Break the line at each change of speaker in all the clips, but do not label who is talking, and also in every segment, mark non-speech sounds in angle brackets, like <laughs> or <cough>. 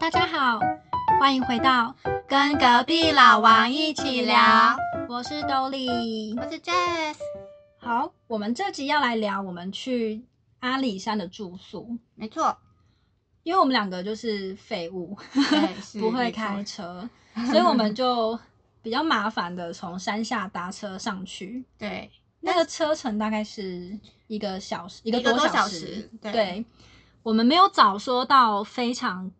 大家好，欢迎回到跟隔壁老王一起聊，我是 Dolly。
我是 Jess。
好，我们这集要来聊我们去阿里山的住宿，
没错，
因为我们两个就是废物，
对
<laughs>
是
不会
没错
开车，所以我们就比较麻烦的从山下搭车上
<laughs>
去。
对，
那个车程大概是一个小时，一个多
一个多小
时
时。
对
对
我们没有早说到非常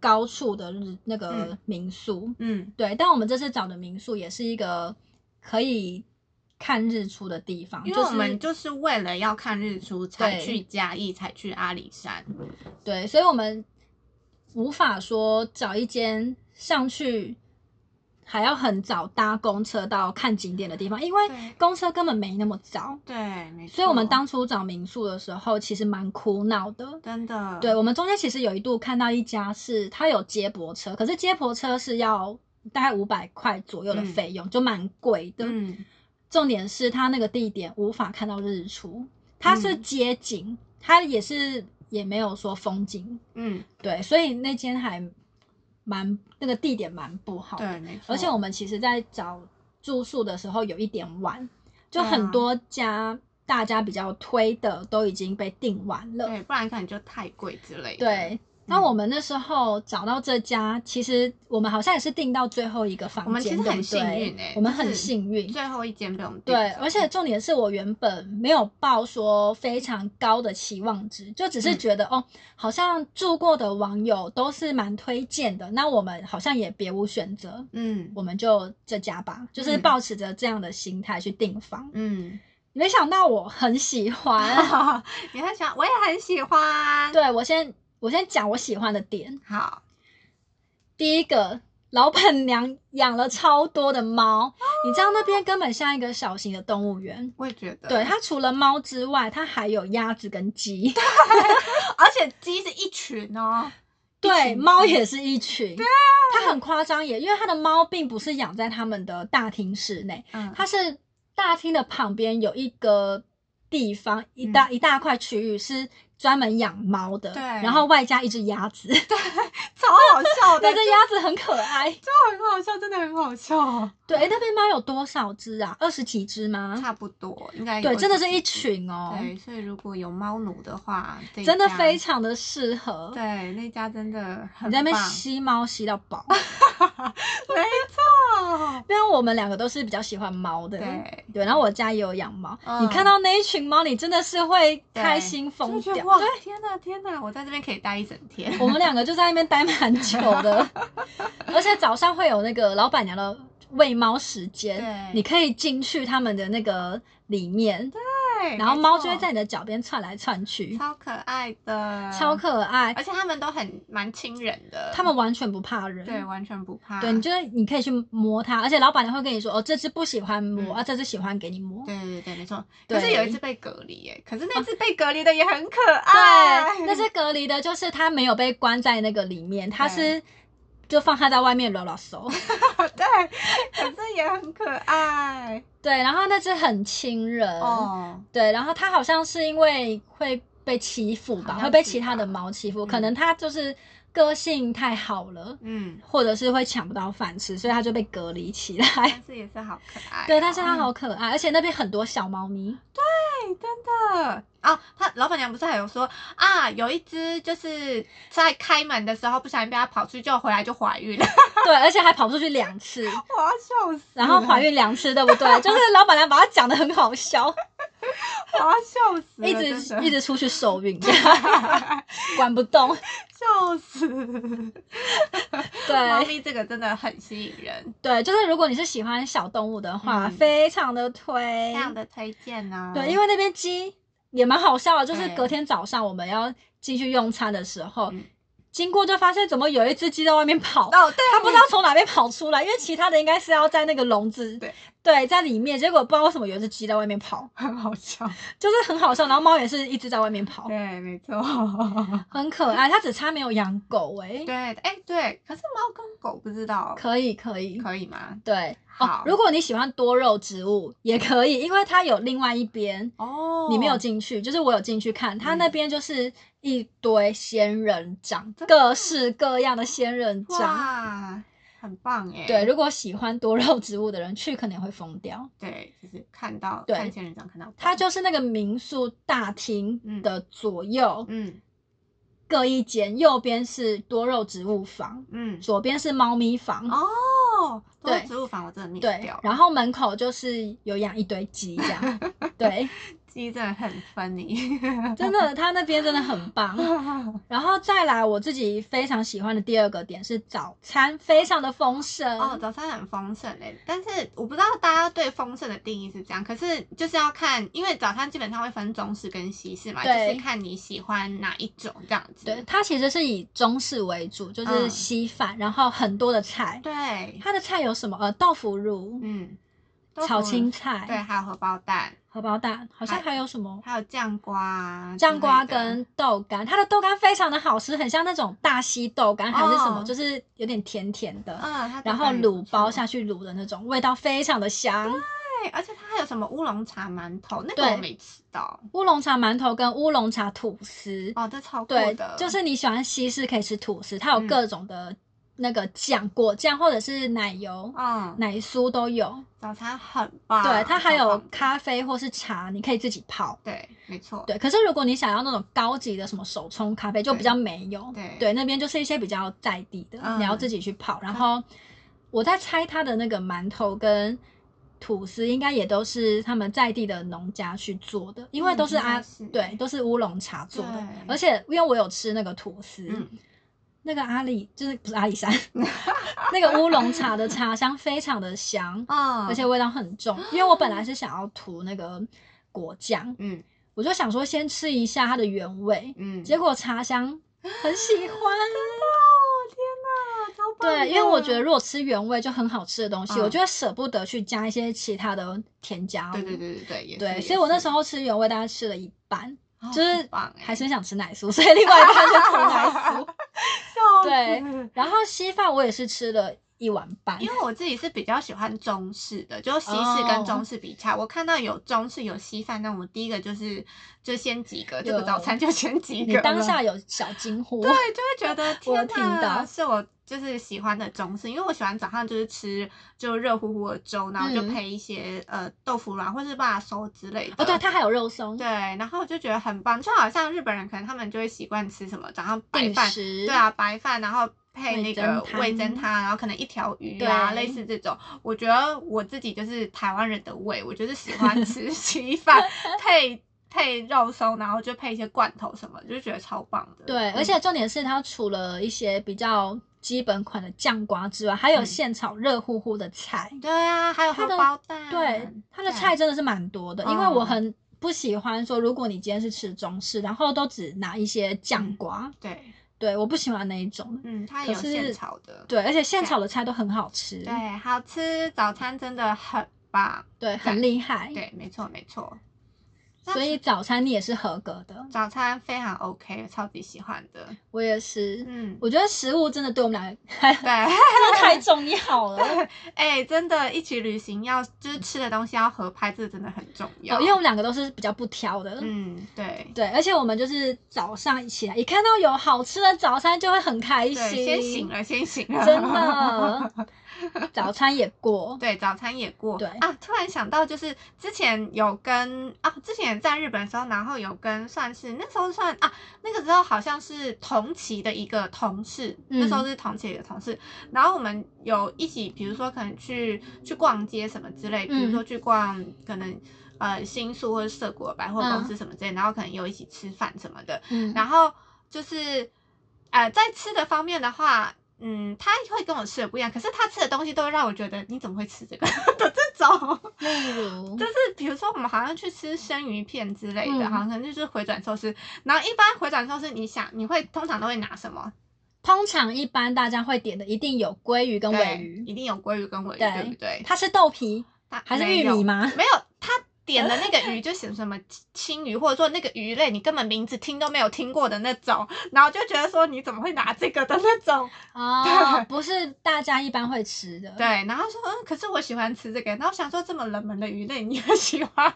高处的日那个
嗯
民宿，
嗯，
对，但我们这次找的民宿也是一个可以看日出的地方，
因为我们
就
就是为了要看日出才
对
去嘉义，才去阿里山。
是对，所以我们无法说找一间上去。还要很早搭公车到看景点的地方，因为
对嗯
公车根本没那么早，
对，没错。
所以我们当初找民宿的时候，其实蛮苦恼的。
真的
对，我们中间其实有一度看到一家是它有接驳车，可是接驳车是要大概五百块左右的
嗯
费用，就蛮贵的。
嗯，
重点是它那个地点无法看到日出，它是
嗯
街景，它也是也没有说风景，
嗯，
对，所以那间还蛮那个地点蛮不好的
对，哦没错。
而且我们其实，在找住宿的时候有一点晚，就
对啊
很多家、大家比较推的都已经被订完了。
对，不然可能就太贵之类的。
对，那我们那时候找到这家，其实我们好像也是订到最后一个房
我们其
间，
实
对
很
不
幸运
对
欸？
我们
就
很
是
幸运，
最嗯后一间被我们订
对，
走
而且重点是我原本没有抱说非常高的期望值，就只是
嗯
觉得、哦，好像住过的网友都是蛮推荐的，那我们好像也别无选择，
嗯
我们就这家吧，就是
嗯
抱持着这样的心态去订房。
<laughs> 嗯，
没想到我很喜
<laughs>
欢，
你很喜欢，我也很喜欢。，
对我先我先讲我喜欢的点，
好，
第一个。老板娘养了超多的猫，你知道那边根本像一个小型的动物园。
我也觉得。
对，它除了猫之外，它还有鸭子跟鸡。
而且鸡是一群哦。
对，
群
猫
鸡
也是一群。对，它很夸张耶，因为它的猫并不是养在他们的大厅室内，
嗯，
它是大厅的旁边有一个地方，一大、一大块区域是专门养猫的，
对
然后外加一只鸭子， <laughs> 对，
超好 <laughs> 笑的，
这鸭子很可爱。
很好笑，真的很好笑。
对，诶那边猫有多少只啊？二十几只吗？
差不多，应该有
对，真的是一
几只。
群哦，
对，所以如果有猫奴的话，这一
真的
家
非常的适合。
对那家真的很
你在那边
棒
吸猫吸到饱，
没错，
因为我们两个都是比较喜欢猫的。
对，
对，然后我家也有养猫，你
嗯
看到那一群猫，你真的是会开心疯
就觉
掉
得。哇，天哪天哪，我在这边可以待一整天。
我们两个就在那边待蛮久
<laughs>
的，而且早上会有那个老板娘的喂猫时间，
对
你可以进去他们的那个里面，
对，
然后
没
猫
错
就会在你的脚边窜来窜去，
超可爱的，
超，可爱
啊而，且他们都很蛮亲人的，
它们完全不怕人。
对完全不怕，
对，你就是你可以去摸它，而且老板娘会跟你说，哦，这只不喜欢摸，
嗯
啊，这只喜欢给你摸。
对对对，没错。
对哦
可是有一次被隔离耶，可是那次被隔离的也很可爱。
对，那是隔离的，就是它没有被关在那个里面，它
对
是就放它在外面揉揉手。
对，可是也很可爱
对，然后那只很亲人，
哦。
对，然后它好像是因为会被欺负吧，
好像
会被
是
其他的
吧
猫欺负，
嗯
可能它就是个性太好了，
嗯，
或者是会抢不到饭吃，所以它就被隔离起来。
<laughs> 但是也是好可爱哦、
哎对，但是它好可爱，而且那边很多小猫咪。 <laughs>
对，真的啊！他老板娘不是还有说啊，有一只就是在开门的时候不小心被它跑出去，就回来就怀孕了，
对，而且还跑出去两次，
我要笑死
然后怀
孕，
孕两次，对不
<laughs>
对？就是老板娘把它讲的很好笑，
我要笑死了，
一直
真的
一直出去受孕，管不
<laughs>
动。
笑死。猫
对
咪这个真的很吸引人，
对，就是如果你是喜欢小动物的话，
嗯
非常的推
这。样的推荐啊呢、
对，因为那边鸡也蛮好笑的，就是
对
隔天早上我们要进去用餐的时候，
嗯
经过就发现怎么有一只鸡在外面跑，
哦，对，
它不知道从哪边跑出来，因为其他的应该是要在那个笼子
对
对，在里面，结果不知道为什么有一只鸡在外面跑，
很好笑。
就是很好笑。然后猫也是一直在外面跑，
<laughs> 对，没错。
很可爱。它只差没有养狗哎、
对，哎、对，可是猫跟狗不知道
可以可以，
可以吗？
对。哦
好，，
如果你喜欢多肉植物也可以，因为它有另外一边。
哦，
你没有进去，就是我有进去看，它那
嗯
边就是一堆仙人掌，
真的
各式各样的仙人掌。
哇，很棒哎。
对，如果喜欢多肉植物的人去，可能会疯掉。
对，就是看到
对
看仙人掌看到狗
它就是那个民宿大厅
嗯
的左右、
嗯
各一间，右边是多肉植物房，
嗯
左边是猫咪房。
哦，多肉
对
植物房我真的灭
对
掉，了，
然后门口就是有养一堆鸡这样，
<laughs>
对，
鸡真的很 funny，
<laughs> 真的，它那边真的很棒。然后再来，我自己非常喜欢的第二个点是早餐非常的丰盛
哦，早餐很丰盛嘞，但是我不知道大家对丰盛的定义是这样，可是就是要看，因为早餐基本上会分中式跟西式嘛，就
对
是看你喜欢哪一种这样子。
对，它其实是以中式为主，就是
嗯
稀饭，然后很多的菜。
对，
它的菜有什么？呃，豆腐乳、
嗯，
炒青
菜，
菜、
对，还有荷包蛋，
荷包蛋，好像
还
还有什么
还有酱瓜之类的，
酱瓜跟豆干。它的豆干非常的好吃，很像那种大溪豆干还是什么，
哦
就是有点甜甜的。
嗯，它
然
豆
后
干也不
卤包
错
下去卤的那种，味道非常的香。
对，而且它还有什么乌龙茶馒头，那个
对
我没吃到，
乌龙茶馒头跟乌龙茶吐司，
哦，这超酷
对
的，，
就是你喜欢西式可以吃吐司，它有
嗯
各种的那个酱、果酱或者是奶油、
嗯，
奶酥都有。
早餐很棒，
对，它还
超
有
棒的，
咖啡或是茶，你可以自己泡。
对，没错，
对，可是如果你想要那种高级的什么手冲咖啡，就比较没有。
对
那边就是一些比较在地的，
嗯
你要自己去泡。然后我在猜它的那个馒头跟吐司，应该也都是他们在地的农家去做的，因为
嗯
都是
应该
阿、
是
对，都是乌龙茶做的
对。
而且因为我有吃那个吐司，
嗯，
那个阿里就是不是阿里
<laughs>
山，那个乌龙茶的茶香非常的香，
嗯，
而且味道很重。因为我本来是想要涂那个果酱，
嗯
我就想说先吃一下它的原味，
嗯，
结果茶香很喜
<laughs>
欢。
哦天哪，超棒的！
对，因为我觉得如果吃原味就很好吃的东西，
嗯
我就会舍不得去加一些其他的添加物。
对对对对对，也是
对
也
所以我那
是
时候吃原味大概吃了一半，
哦
就是
很棒
还是想吃奶酥，所 <laughs> 以另外一半就涂奶酥。
<laughs>
对
哎，笑死
然后稀饭我也是吃了一碗半，
因为我自己是比较喜欢中式的，就是西式
哦
跟中式比起来，我看到有中式有西饭，那我第一个就是就先几个，这个
有
早餐就先几
你
个了。
当下有小惊呼，
对，就会觉得
我
天
听
哪
到
是我就是喜欢的中式，因为我喜欢早上就是吃就热乎乎的粥，然后就
嗯
配一些、呃豆腐卵或是辣手之类的。
哦，对，它还有肉松，
对，然后我就觉得很棒，就好像日本人可能他们就会习惯吃什么早上白
定
饭，
时，
对啊，，白饭，然后配
味
那
噌
个
汤
味噌汤，然后可能一条鱼啊，
对
类似这种。我觉得我自己就是台湾人的胃，我就是喜欢吃稀饭配配肉松，然后就配一些罐头什么，就觉得超棒的。
对，
嗯
而且重点是它除了一些比较基本款的酱瓜之外，还有
嗯
现炒热乎乎的菜，
对啊，还有
它
荷
的
包蛋，
对，它的
啊对
菜真的是蛮多的，因为我
哦
很。不喜欢说，如果你今天是吃中式，然后都只拿一些
嗯
酱瓜，
对，
对，我不喜欢那一种。
嗯，它
可
也有现
是
炒的，
对，而且现炒的菜都很好吃，
对，好吃，早餐真的很棒。
对，很厉害。
对，没错没错，那
所以早餐你也是合格的，
早餐非常 OK，超级喜欢的。
我也是。
嗯，
我觉得食物真的对我们两个 <laughs> 还
对， <laughs>
真的太重要了。
哎、真的，一起旅行要就是吃的东西要合拍，这真的很重要。
哦，因为我们两个都是比较不挑的，
嗯，对
对，而且我们就是早上起来一看到有好吃的早餐就会很开
对，
心，
先醒，了，先醒了，
真。的，
<laughs>
早餐也过，
对，早餐也过。
对
啊，突然想到，就是之前有跟啊，之前在日本的时候，然后有跟算是那时候算啊，那个时候好像是同期的一个同事，
嗯
那时候是同期的一个同事，然后我们有一起，比如说可能去去逛街什么之类，比
嗯
如说去逛可能。呃，新宿或者涩谷的百货公司什么之类，然后可能有一起吃饭什么的，
嗯，
然后就是，呃，在吃的方面的话，嗯，他会跟我吃的不一样，可是他吃的东西都会让我觉得你怎么会吃这个 <laughs> 的这种，
例如
就，是比如说我们好像去吃生鱼片之类的，
嗯
好像可能就是回转寿司，然后一般回转寿司你想你会通常都会拿什么？
通常一般大家会点的一定有鲑鱼跟
对
尾鱼，
一定有鲑鱼跟尾鱼，
对
对不对？
他吃豆皮，
它
还是
没
玉
有
米
<laughs>
吗？
没有，他点的那个鱼就写什么青青鱼，或者说那个鱼类你根本名字听都没有听过的那种，然后就觉得说你怎么会拿这个的那种？
哦，不是大家一般会吃的。
对，，然后说嗯，可是我喜欢吃这个，然后想说这么冷门的鱼类你也 <laughs> 喜欢，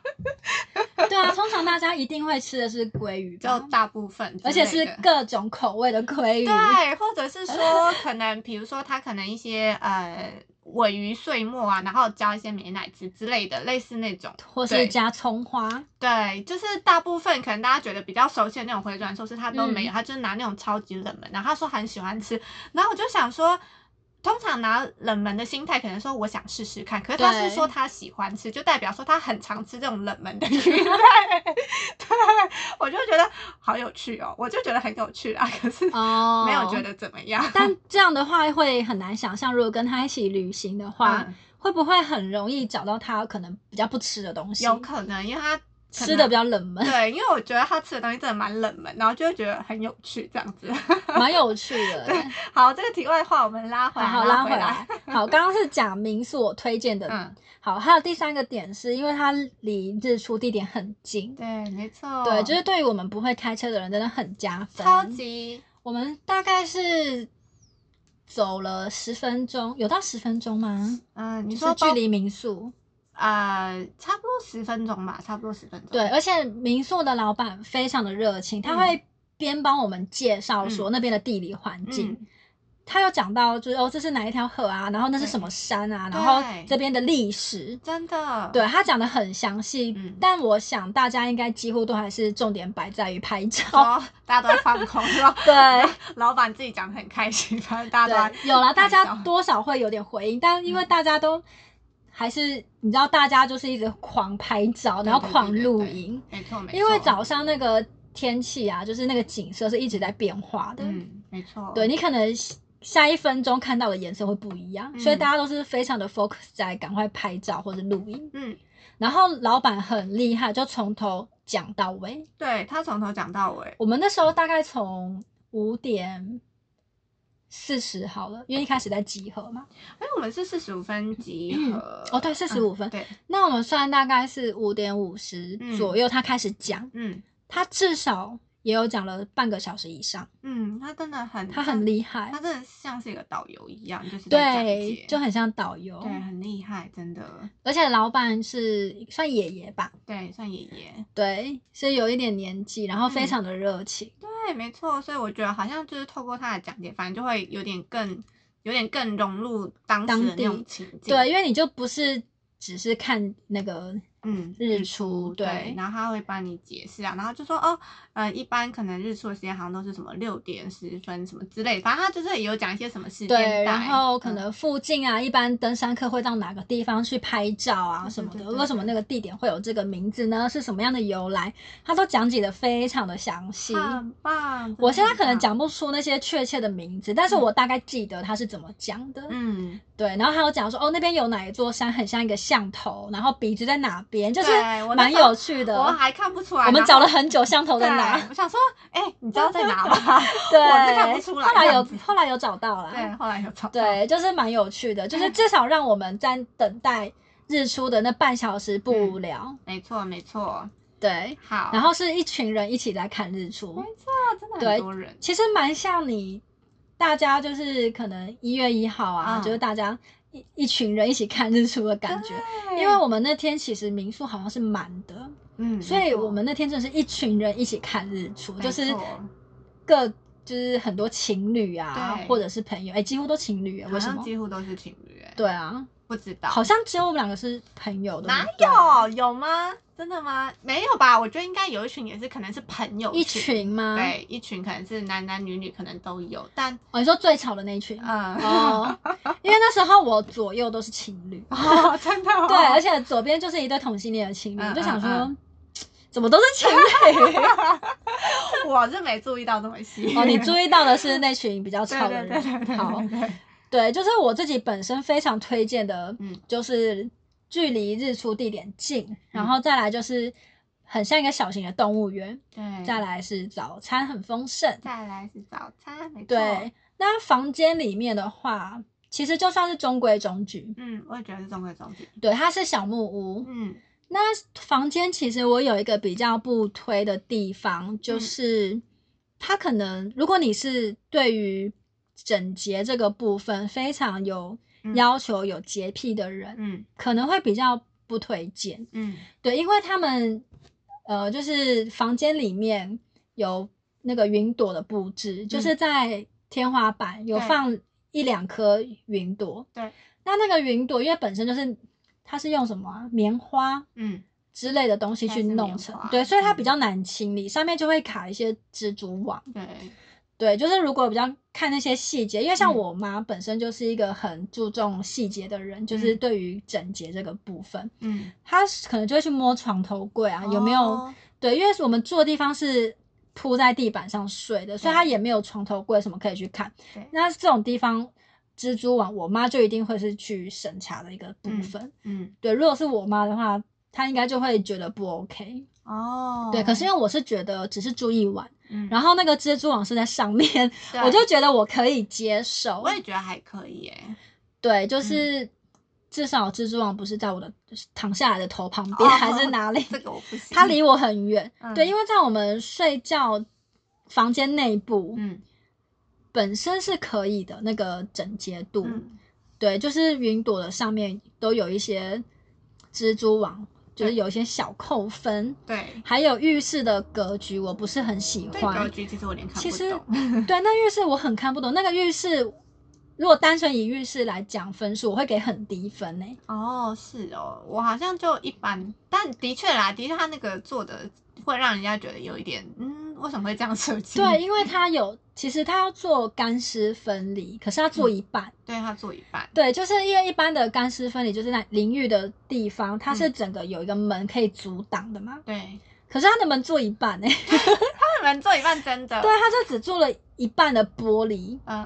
对啊，通常大家一定会吃的是鲑鱼
就
吧，
大部分之
嗯而且
类
是
的
各种口味的鲑鱼。
对，或者是
<laughs>
说可能比如说它可能一些呃尾鱼碎末啊，然后加一些美乃滋之类的，类似那种。
或是
对
加葱花，
对，就是大部分可能大家觉得比较熟悉的那种回转寿司，他都没有，
嗯
他就是拿那种超级冷门，然后他说很喜欢吃，然后我就想说，通常拿冷门的心态，可能说我想试试看，可是他是
对
说他喜欢吃，就代表说他很常吃这种冷门
<laughs>
的鱼 <laughs> 类，对，我就觉得好有趣哦，我就觉得很有趣啊，可是
哦
没有觉得怎么
<laughs>
样，啊 <laughs>
但这样的话会很难想象，如果跟他一起旅行的话，
嗯
会不会很容易找到他可能比较不吃的东西，
有可能因为
<laughs>
他。
吃的比较冷门，
对，因为我觉得他吃的东西真的蛮冷门，然后就会觉得很有趣这样子。
蛮有趣
<laughs>
的。
对好，这个题外话我们拉回
好
来，
啊好
拉
拉回来。好，刚刚是讲民宿我推荐的。
嗯，
好，还有第三个点是因为它离日出地点很近，
对，没错，
对，就是对于我们不会开车的人真的很加分。
超，级
我们大概是走了十分钟，有到十分钟吗？
嗯、你
就是
说
距
包
离民宿，
呃差不多十分钟吧，差不多十分钟。
对，而且民宿的老板非常的热情，他
嗯
会边帮我们介绍说那边的地理环境，
嗯，
他有讲到就是哦，这是哪一条河啊，然后那是什么山啊，然后
对
这边的历史，
真的，
对他讲的很详细，
嗯
但我想大家应该几乎都还是重点摆在于拍照，
哦，大家都在放空，是吧？
对。
<laughs> 老板自己讲得很开心，反正大家都在
对，有啦，大
拍
家
照嗯
多少会有点回应，但因为大家都还是你知道，大家就是一直狂拍照，然后
对对
狂
对对
露
对
营，
没错没错，
因为早上那个天气啊，就是那个景色是一直在变化的，
嗯没错，
对你可能下下一分钟看到的颜色会不一样，所以
嗯
大家都是非常的 focus 在赶快拍照或者录影，
嗯
然后老板很厉害，就从头讲到尾。
对他从头讲到尾，
我们那时候大概从五点。四十好了，因为一开始在集合嘛。
哎，我们是四十五分集合，
哦对45分
嗯对，
那我们算大概是五点五十左右，他开始讲，
嗯
他至少也有讲了半个小时以上，
嗯，他真的很
他很厉害
他，真的像是一个导游一样，就是在讲
对
解，
就很像导游
对，，很厉害，真的，
而且老板是算爷爷吧，
对，算爷爷，
对，是有一点年纪，然后非
嗯
常的热情，
对，没错，所以我觉得好像就是透过他的讲解，反正就会有点更，有点更融入当
当
时的那
地
种情境，
对，，因为你就不是只是看那个
嗯，
日出，
对
对，，
然后他会帮你解释啊，然后就说哦，呃，一般可能日出的时间好像都是什么六点十分什么之类，反正他就是有讲一些什么时间
对，
带，
然后可
嗯
能附近啊，一般登山客会到哪个地方去拍照啊
对
什么
对
的，
对
为什么那个地点会有这个名字呢？是什么样的由来？他都讲解的非常的详细。
很棒，
我
真
现
的
在可能
很棒，
讲不出那些确切的名字，但是
嗯
我大概记得他是怎么讲的。
嗯，
对，然后还有讲说，哦，那边有哪一座山很像一个象头，然后鼻子在哪边，就是
对我那
蛮
时候
有趣的。
我还看不出来，
我们
然
找
后
了很久象头在哪
对，，啊我想说，哎、你知道在哪吗？ <laughs>
对，
我是看不出来
后来
这
有
样子
后来有找到啦，
对，后来有
<laughs>
找到。
对，就是蛮有趣的，就是至少让我们在等待日出的那半小时不无聊。
没错，没错。
对，
嗯好，嗯
然后是一群人一起来看日
没
出，
错，真的
对
很多人。
其实蛮像你大家就是可能一月一号啊，
嗯
就是大家一一群人一起看日出的感觉。因为我们那天其实民宿好像是满的，
嗯，
所以
没错
我们那天真的是一群人一起看日出，
没
就是
错
各就是很多情侣啊
对，
或者是朋友，哎、几乎都情侣啊，为
好
什
像
么？
几乎都是情侣？哎，
对啊，
不知道，
好像只有我们两个是朋友的，
哪
对啊不对
有有吗？真的吗？没有吧？我觉得应该有一群也是，可能是朋友
一。群啊吗？，
对，一群可能是男男女女可能都有，但
哦，你说最吵的那一群。
嗯，
哦，因为那时候我左右都是情侣，
<laughs> 哦，真的、哦，
对，而且左边就是一对同性恋的情侣，
嗯
我就想说、
嗯
怎么都是情
<laughs>
侣？
我是没注意到这么细。
哦，你注意到的是那群比较吵的
对对
人。
对对对
好，
对对
对，就是我自己本身非常推荐的，
嗯
就是距离日出地点近，然后再来就是很像一个小型的动物园，
对，
再来是早餐很丰盛，
再来是早餐，没错，
对，那房间里面的话，其实就算是中规中矩。
嗯，我也觉得是中规中矩。
对，它是小木屋。
嗯
那房间其实我有一个比较不推的地方，就
嗯
是它可能如果你是对于整洁这个部分非常有
嗯
要求、有洁癖的人，
嗯
可能会比较不推荐。
嗯
对，因为他们呃，就是房间里面有那个云朵的布置，就是在天花板有
嗯对
放一两颗云朵。
对，
那那个云朵因为本身就是它是用什么啊、棉花
嗯
之类的东西
应该
去
是
弄
棉
成
花，
对，所以它比
嗯
较难清理，上面就会卡一些蜘蛛网。
对
对，就是如果比较看那些细节，因为像
嗯
我妈本身就是一个很注重细节的人，就是
嗯
对于整洁这个部分，
嗯
她可能就会去摸床头柜啊，有没有
哦
对，因为我们住的地方是铺在地板上睡的，所以它也没有床头柜什么可以去看
对。
那这种地方，蜘蛛网我妈就一定会是去审查的一个部分。
嗯
对，如果是我妈的话，她应该就会觉得不 OK。
哦
对，可是因为我是觉得只是住一晚，
嗯
然后那个蜘蛛网是在上面，
<laughs> 对啊
我就觉得我可以接受
我。也嗯觉得还可以耶。
对，就是至少蜘蛛网不是在我的躺下来的头旁边、
哦
还是哪里。
这个我不行。
它离我很远。
嗯
对，因为在我们睡觉房间内部、
嗯
本身是可以的那个整洁度，
嗯
对，就是云朵的上面都有一些蜘蛛网，就是
对
有一些小扣分，
对
还有浴室的格局我不是很喜
对格
欢。
局其实我有点看不懂。
其实对，那浴室我很看不懂，那个浴室。如果单纯以浴室来讲分数，我会给很低分呢、欸
哦，是哦，我好像就一般，但的确啦，的确他那个做的会让人家觉得有一点，嗯，为什么会这样设计？
对，，因为它有，其实它要做干湿分离，可是它
嗯
做一半，
对他做一半，
对，就是因为一般的干湿分离，就是在淋浴的地方，它
嗯
是整个有一个门可以阻挡的嘛。
对，
可是它的门做一半哎、
他们做一半真
<laughs>
的，
对，它就只做了一半的玻璃，
嗯、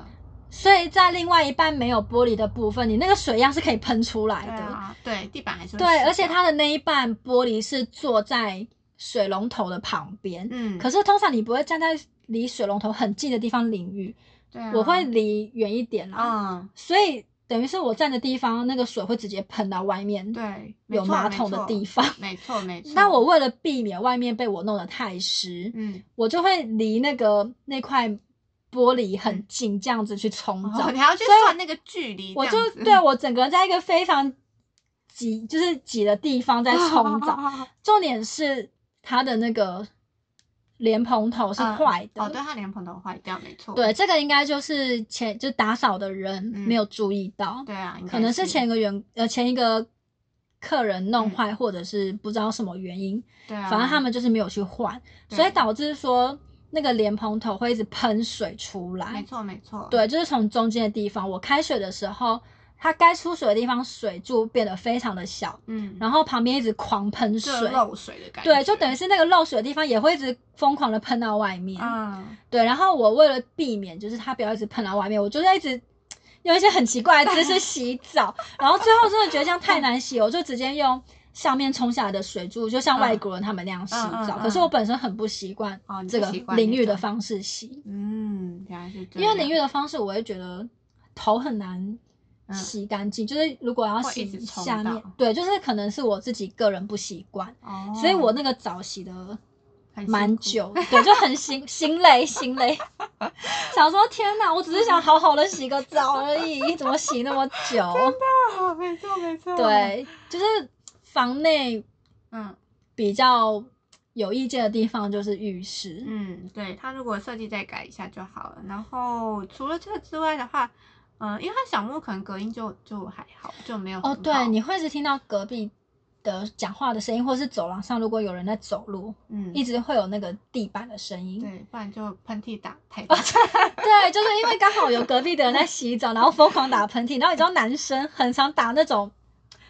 所以在另外一半没有玻璃的部分，你那个水样是可以喷出来
对
的。
啊，对，地板还是会
对，
湿
而且
掉，
它的那一半玻璃是坐在水龙头的旁边，
嗯，
可是通常你不会站在离水龙头很近的地方淋浴，
对啊
我会，离远一点啦。
嗯，
所以等于是我站的地方，那个水会直接喷到外面。
对，没
有
错
马桶的地，方。
没错没错没错，
<laughs> 那我为了避免外面被我弄得太湿，
嗯，
我就会离那个那块玻璃很近，这样子去冲
嗯哦
澡。
你还要去算那个距离，
我
这样
就
子
对我整个人在一个非常挤，就是挤的地方在冲
<laughs>
澡。
哦，
重点是它的那个莲蓬头是
嗯
坏的。
对，他脸盆头坏掉，没错，
对，这个应该就是前就打扫的人
嗯
没有注意到，
对啊，应
可
该
能是前一个员呃前一个客人弄
嗯
坏，或者是不知道什么原因，
对啊，
反正他们就是没有去换，
对
所以导致说那个莲蓬头会一直喷水出
没
来。
错没错，
对，就是从中间的地方，我开水的时候，它该出水的地方水柱变得非常的小，
嗯，
然后旁边一直狂喷
就
水。
漏水的感觉，
对，就等于是那个漏水的地方也会一直疯狂的喷到外面。
嗯，
对，然后我为了避免就是它不要一直喷到外面，我就是一直用一些很奇怪的姿势洗澡，然后最后真的觉得这样太难洗，我就直接用上面冲下来的水柱，就像外
嗯
国人他们那样洗
嗯嗯
澡。
嗯
可是我本身很不习惯
哦你不
这个
习惯
淋
那
浴的
种
方式洗，
嗯，原来是这
因
样。
为淋浴的方式我会觉得头很难。
嗯
洗干净，就是如果要
会
洗
一直冲
下面
到，
对，就是可能是我自己个人不习惯，
哦，
所以我那个澡洗的
很辛
蛮
苦， <laughs>
久，对，就很心心累心累，想说天哪，我只是想好好的洗个澡而已，怎么洗那么久？
<laughs> 啊没错没错，，
对，就是房内
嗯
比较有意见的地方就是浴室，
嗯，对，它如果设计再改一下就好了。然后除了这个之外的话，嗯、因为它小木可能隔音就就还好，就没有
哦，
很好
对，你会一直听到隔壁的讲话的声音，或是走廊上如果有人在走路，
嗯
一直会有那个地板的声音。
对，不然就喷嚏打太
<laughs>
大
对，就是因为刚好有隔壁的人在洗澡，然后疯狂打喷嚏，然后你知道男生很常打那种。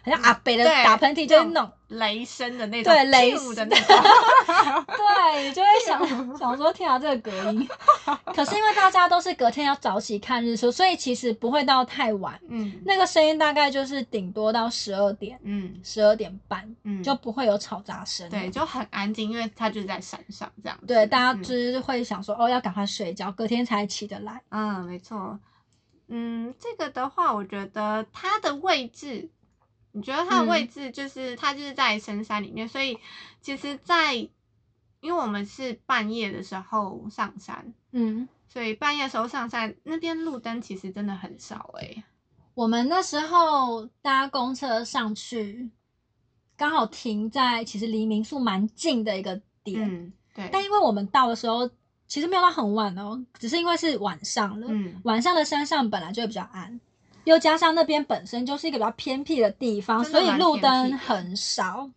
很像阿北的
对
打喷嚏，就是那
那
种
雷声的那种，
对雷
咻的
声
那
<laughs>
种，
对，你就会想 <laughs> 想说，天啊，这个隔音。 <laughs> 可是因为大家都是隔天要早起看日出，所以其实不会到太晚。
嗯
那个声音大概就是顶多到十二点、
嗯
十二点半，
嗯，
就不会有吵杂声。
对，就很安静，因为它就是在山上这样子。
对，大家
嗯
就是会想说，哦，要赶快睡觉，隔天才起得来。
嗯，没错。嗯，这个的话，我觉得它的位置，你觉得它的位
嗯
置就是、它就是在深山里面，所以其实在，因为我们是半夜的时候上山，
嗯，
所以半夜的时候上山，那边路灯其实真的很少哎、
我们那时候搭公车上去，刚好停在其实离民宿蛮近的一个点，
嗯，对，
但因为我们到的时候其实没有到很晚哦，只是因为是晚上了， <laughs>
嗯，
晚上的山上本来就会比较暗，又加上那边本身就是一个比较偏僻的地方，
真的
所以
蛮
路
偏僻
灯
的嗯
很少。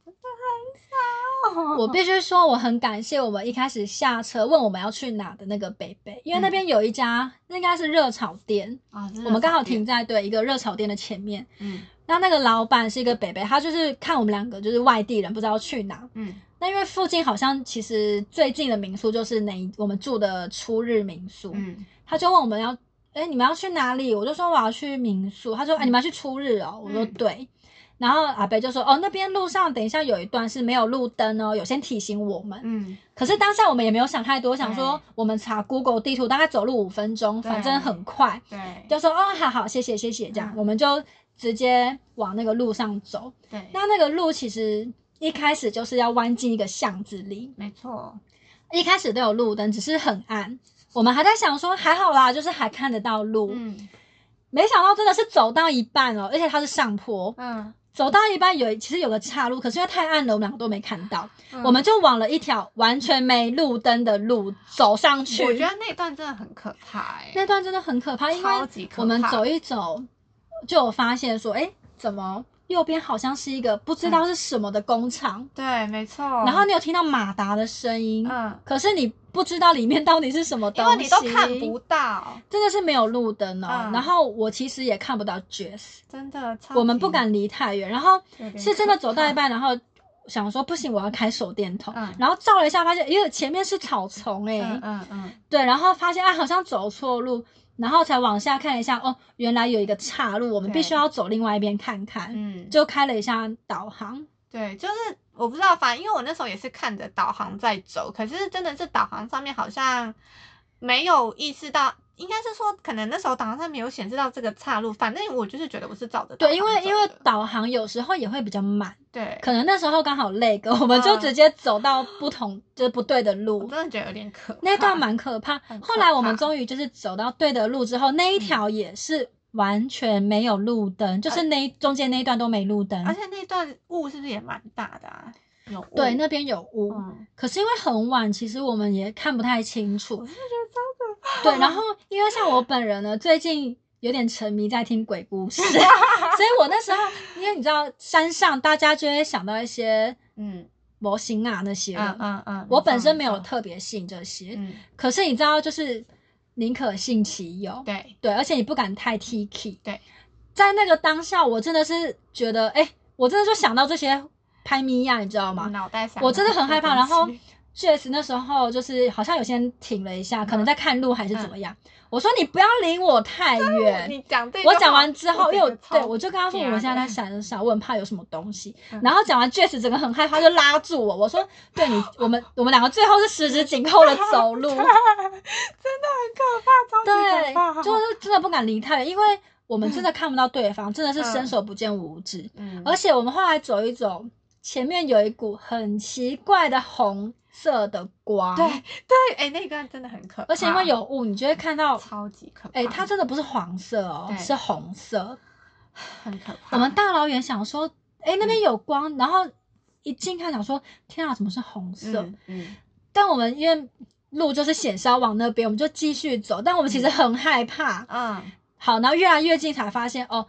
我必须说，我很感谢我们一开始下车问我们要去哪的那个北北，因为
嗯
那边有一家、那应该是热炒店，
啊，真的
我们刚好
少见
停，在对一个热炒店的前面。
嗯
那那个老板是一个北北，他就是看我们两个就是外地人，不知道去哪。
嗯
那因为附近好像其实最近的民宿就是那一我们住的初日民宿，
嗯
他就问我们要，哎、你们要去哪里？我就说我要去民宿。他说，哎、
嗯
你们要去初日哦。我说
嗯
对。然后阿北就说，哦，那边路上等一下有一段是没有路灯哦，有先提醒我们。
嗯，
可是当下我们也没有想太多，想说
对
我们查 Google 地图大概走路五分钟，
对
反正很快，
对，
就说哦，好好，谢谢谢谢，这样、
嗯
我们就直接往那个路上走。
对，
那那个路其实一开始就是要弯进一个巷子里，
没错，
一开始都有路灯，只是很暗。我们还在想说还好啦，就是还看得到路。
嗯
没想到真的是走到一半哦，而且它是上坡，
嗯，
走到一半有其实有个岔路，可是因为太暗了，我们两个都没看到，
嗯
我们就往了一条完全没路灯的路走上去。
我觉得那段真的很可怕哎、
那段真的很可怕，因
超
为
级可怕，
我们走一走就有发现说，哎，怎么右边好像是一个不知
嗯
道是什么的工厂，
对，没错。
然后你有听到马达的声音，
哦嗯，
可是你不知道里面到底是什么东
因
西，
为你都看不到，
真的是没有路灯哦。
嗯
然后我其实也看不到 Jess，
真的超级。
我们不敢离太远。然后
有点
是真的
可
走到一
怕，
半，然后想说不行，我要开手电筒。
嗯
然后照了一下，发现因为前面是草丛哎、
嗯嗯嗯，
对，然后发现啊好像走错路，然后才往下看一下，哦，原来有一个岔路，我们
对
必须要走另外一边看看。
嗯，
就开了一下导航，
对，就是我不知道，反正因为我那时候也是看着导航在走，可是真的是导航上面好像没有意识到。应该是说，可能那时候导航上没有显示到这个岔路，反正我就是觉得我是照着
对，
导航
因
走的。
为因为导航有时候也会比较慢，
对，
可能那时候刚好累 <laughs> 个，我们就
嗯哦
直接走到不同就是不对的
我
路，
真的觉得有点可怕。
那段蛮可怕
很。可
后来我们
怕
终于就是走到对的路之后，那一条也是完全没有路灯，就是那一中间那一段都没路灯
啊而。且那段雾是不是也蛮大的啊？有雾。
对，那边有雾，
嗯，
可是因为很晚，其实我们也看不太清楚
我。是觉得超可怕。
对，然后因为像我本人呢，最近有点沉迷在听鬼故
<laughs>
事，所以我那时候，因为你知道山上大家就会想到一些
嗯
模型啊那些的，
嗯嗯嗯，
我
错
本身没有
错
特别信这些，
嗯，
可是你知道，就是宁可信其有。
对，
对，而且你不敢太 Tiki。
嗯对，
在那个当下，我真的是觉得，哎、我真的就想到这些拍咪呀，你知道吗？
脑袋闪
我
了
真的很害怕。
多
然后
东西
确实那时候就是好像有些人停了一下，可能
嗯
在看路还是怎么样。我说你不要离我太远。
你讲这句
我
话，
讲完之后，因为
又
我对我就跟他说我
嗲
们现在在
的
山上，我很怕有什么东西。
啊嗯
然后讲完 Jess 整个很害怕，就拉住我，我说对你，我们我们两个最后是十指紧扣的走路。
<laughs> 真的很可怕，超级可怕。
对，就是真的不敢离太远，因为我们真的看不到对方，真的是伸手不见五指。
嗯，
而且我们后来走一走，前面有一股很奇怪的红色的光，
对，对，哎，那段真的很可怕，
而且因为有雾，你就会看到，
超级可怕，
哎、它真的不是黄色哦，
啊对
是红色。
很可怕。
我们大老远想说，哎、那边有光，然后一近看想说，天啊，怎么是红色？
嗯嗯，
但我们因为路就是显示要往那边，我们就继续走，但我们其实很害怕，
嗯
好，然后越来越近才发现哦，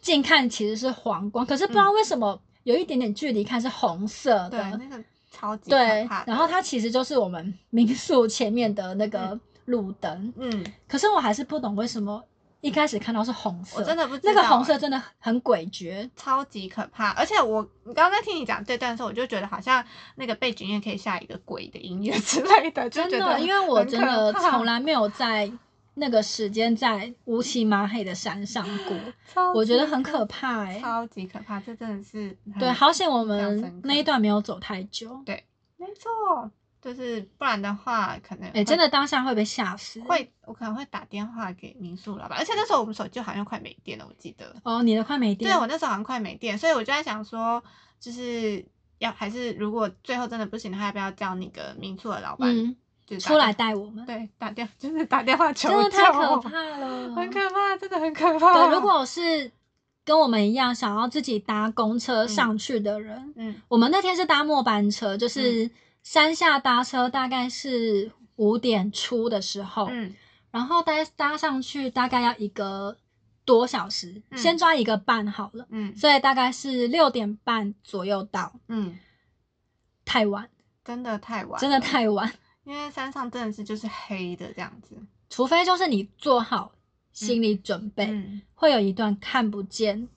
近看其实是黄光，可是不知道为什么有一点点距离看是红色
嗯对，
的。
那个超级
对
可怕，的。
然后它其实就是我们民宿前面的那个
嗯
路灯，
嗯，
可是我还是不懂为什么一开始看到是红色，
我真的不知道
那个红
哎
色真的很诡谲。
超级可怕，而且我你刚刚在听你讲这段的时候，我就觉得好像那个背景音乐可以下一个鬼的音乐之类的，就
真
觉得
的，因为我
很
真
可
的
怕
从来没有在那个时间在乌漆麻黑的山上过，
超
我觉得
级
很可怕哎、
超级可怕，这真的是很
对，好险我
印象深
们
刻
那一段没有走太久。
没错。就是不然的话，可能
哎、真的当下会被吓死。
会，我可能会打电话给民宿老板，而且那时候我们手机好像快没电了，我记得。
哦，你的快没
对，
电，
我那时候好像快没电，所以我就在想说，就是要还是如果最后真的不行的话，要不要叫那个民宿的老板、
嗯，
就是打
出来
电
带我们，
对打电 <laughs> 就是打电话求
真的
救，
太
<laughs>
可怕了，
很可怕，真的很可怕。哦
对，如果是跟我们一样想要自己搭公车
嗯
上去的人，
嗯
我们那天是搭末班车，就是山下搭车，大概是五点出的时候，
嗯
然后搭搭上去大概要一个多小时，
嗯
先抓一个半好了，
嗯
所以大概是六点半左右到，
嗯，
太晚，
真的太晚，
真的，太晚，
因为山上真的是就是黑的这样子。
除非就是你做好心理准备，
嗯，
会有一段看不见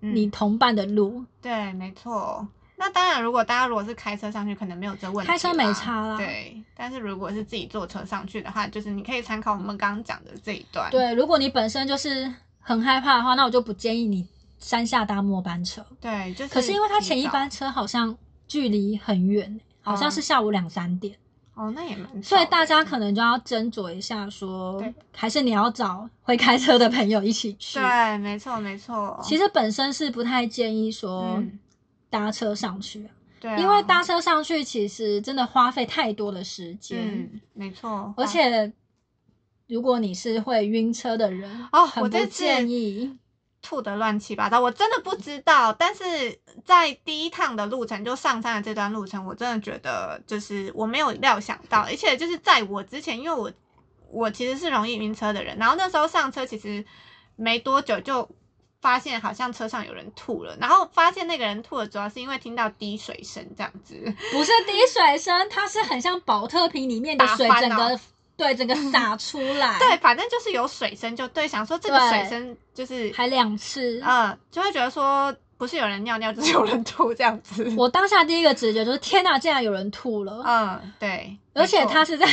嗯
你同伴的路，
对，没错。那当然，如果大家如果是开车上去，可能没有这问题啦。
开车没差啦
对，但是如果是自己坐车上去的话，就是你可以参考我们刚刚讲的这一段。，
对，如果你本身就是很害怕的话，那我就不建议你山下搭末班车。
对，就是。
可是因为它前一班，车好像距离很远，好像是下午两三点，
哦，那也蛮少的。
所以大家可能就要斟酌一下说，
嗯对
还是你要找会开车的朋友一起去。
对，没错，没错。
其
实，
实本身是不太建议说
嗯，
搭车上去，
对啊，
因为搭车上去其实真的花费太多的时间，
嗯，没错，
而且如果你是会晕车的人，
哦
很
我
不
这次
建议。
吐的乱七八糟，我真的不知道。但是在第一趟的路程，就上山的这段路程，我真的觉得就是我没有料想到，而且就是在我之前，因为我我其实是容易晕车的人，然后那时候上车其实没多久就发现好像车上有人吐了，然后发现那个人吐了，主要是因为听到滴水声这样子。
不是滴水声，它是很像保特瓶里面的水
打翻
整
哦
个、对整个洒
<laughs>
出来，
对，，反正就是有水声，就对，想说这个
对
水声就是
还两次。
嗯，就会觉得说不是有人尿尿，就是有人吐这样子。
我当下第一个直觉就是天哪，竟然有人吐了，
嗯，对，
而且
没错
他是在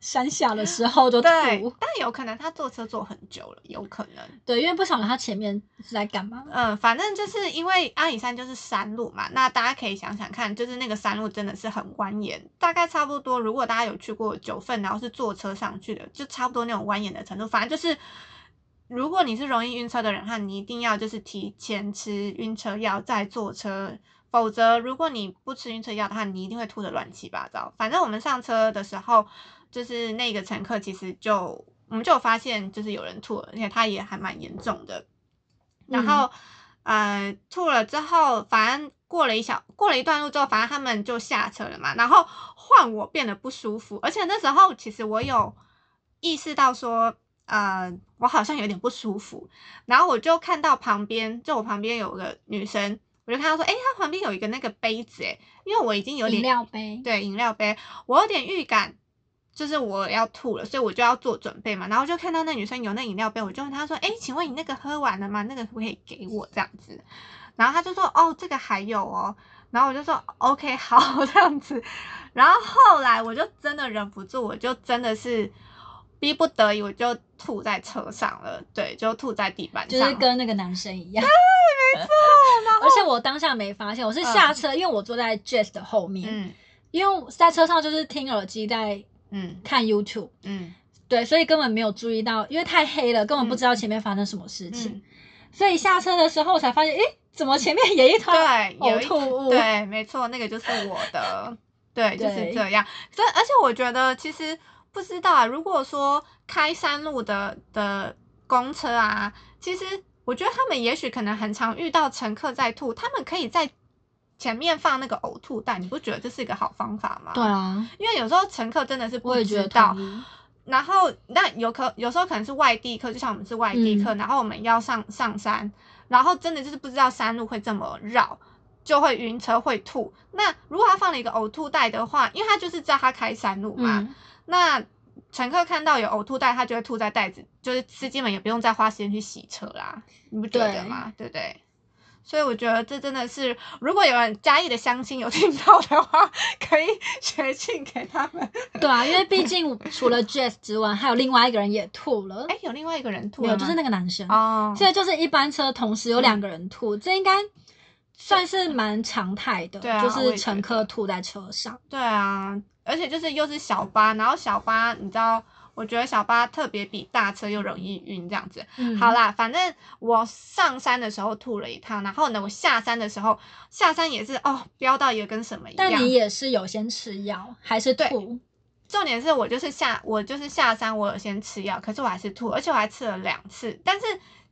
山下的时候就吐，
对，但有可能他坐车坐很久了，有可能。
对因为不晓得他前面是在干嘛。
嗯，反正就是因为阿里山就是山路嘛，那大家可以想想看，就是那个山路真的是很蜿蜒，大概差不多。如果大家有去过九份，然后是坐车上去的，就差不多那种蜿蜒的程度。反正就是，如果你是容易晕车的人的话，你一定要就是提前吃晕车药再坐车，否则如果你不吃晕车药的话，你一定会吐得乱七八糟。反正我们上车的时候，就是那个乘客其实就我们就有发现，就是有人吐了，而且他也还蛮严重的。然后、
嗯
呃吐了之后，反正过了一小过了一段路之后，反正他们就下车了嘛。然后换我变得不舒服，而且那时候其实我有意识到说，呃，我好像有点不舒服。然后我就看到旁边，就我旁边有个女生，我就看到说，诶，她旁边有一个那个杯子，诶，因为我已经有
饮
点
料杯，
对，饮料杯，我有点预感，就是我要吐了，所以我就要做准备嘛。然后就看到那女生有那饮料杯，我就问她说：“哎，请问你那个喝完了吗？那个可不可以给我这样子？”然后她就说：“哦，这个还有哦。”然后我就说：“OK，好， <laughs> 这样子。”然后后来我就真的忍不住，我就真的是逼不得已，我就吐在车上了，对，就吐在地板
就
上了。
是跟那个男生一样。对， <laughs> 没错。而且我当下没发现，我是下车，因为我坐在 Jess 的后面，
嗯
因为我在车上就是听耳机在
嗯
看 YouTube，
嗯
对，所以根本没有注意到，因为太黑了，根本不知道前面发生什么事情。
嗯，
所以下车的时候我才发现，诶，怎么前面也一团？
对，有
<laughs>
一
呕哦吐物
对，没错，那个就是我的，对，就是
对
这样。所以，而且我觉得其实不知道啊，如果说开山路的的公车啊，其实我觉得他们也许可能很常遇到乘客在吐，他们可以在前面放那个呕吐袋，你不觉得这是一个好方法吗？
对，啊，
因为有时候乘客真的是不
我也觉
知
得嗯
道
同，意
然后那有可有时候可能是外地客，就像我们是外地客，然后我们要上上山，然后真的就是不知道山路会这么绕，就会晕车会吐。那如果他放了一个呕吐袋的话，因为他就是知道他开山路嘛，
嗯，
那乘客看到有呕吐袋，他就会吐在袋子，就是司机们也不用再花时间去洗车啦，你不觉得吗？对不对？所以我觉得这真的是，如果有人嘉义的乡亲有听到的话， <laughs> 可以学信给他们。
对啊，因为毕竟除了 Jess 之外，还有另外一个人也吐了，
哎，有另外一个人吐
没
了
有，
吗，
就是那个男生，
哦，
所以就是一班车同时有两个人吐，这应该算是蛮常态的，
对啊
就
我也
是
觉
乘
得
客吐在车上，
对啊，而且就是又是小巴，然后小巴你知道，我觉得小巴特别比大车又容易晕这样子。
嗯
好，啦，反正我上山的时候吐了一趟，然后呢，我下山的时候下山也是哦，飙到也跟什么一样。
但你也是有先吃药，还是
对
吐？
重点是我就是下我就是下山，我有先吃药，可是我还是吐，而且我还吃了两次。但是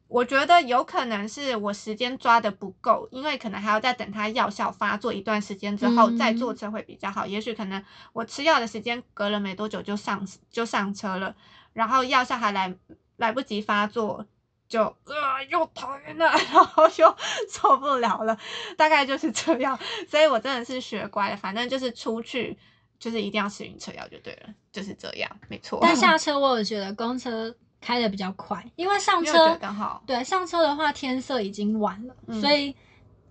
我觉得有可能是我时间抓的不够，因为可能还要再等它药效发作一段时间之后、
嗯
再坐车会比较好。也许可能我吃药的时间隔了没多久就上就上车了，然后药效还来来不及发作。就呃又头晕了， <laughs> 然后又受不了了，大概就是这样。所以我真的是学乖了，反正就是出去就是一定要吃晕车药就对了，就是这样，没错。
但下车我有觉得公车开的比较快，因为上
因为我觉得
车
刚好，
对上车的话天色已经晚了，
嗯
所以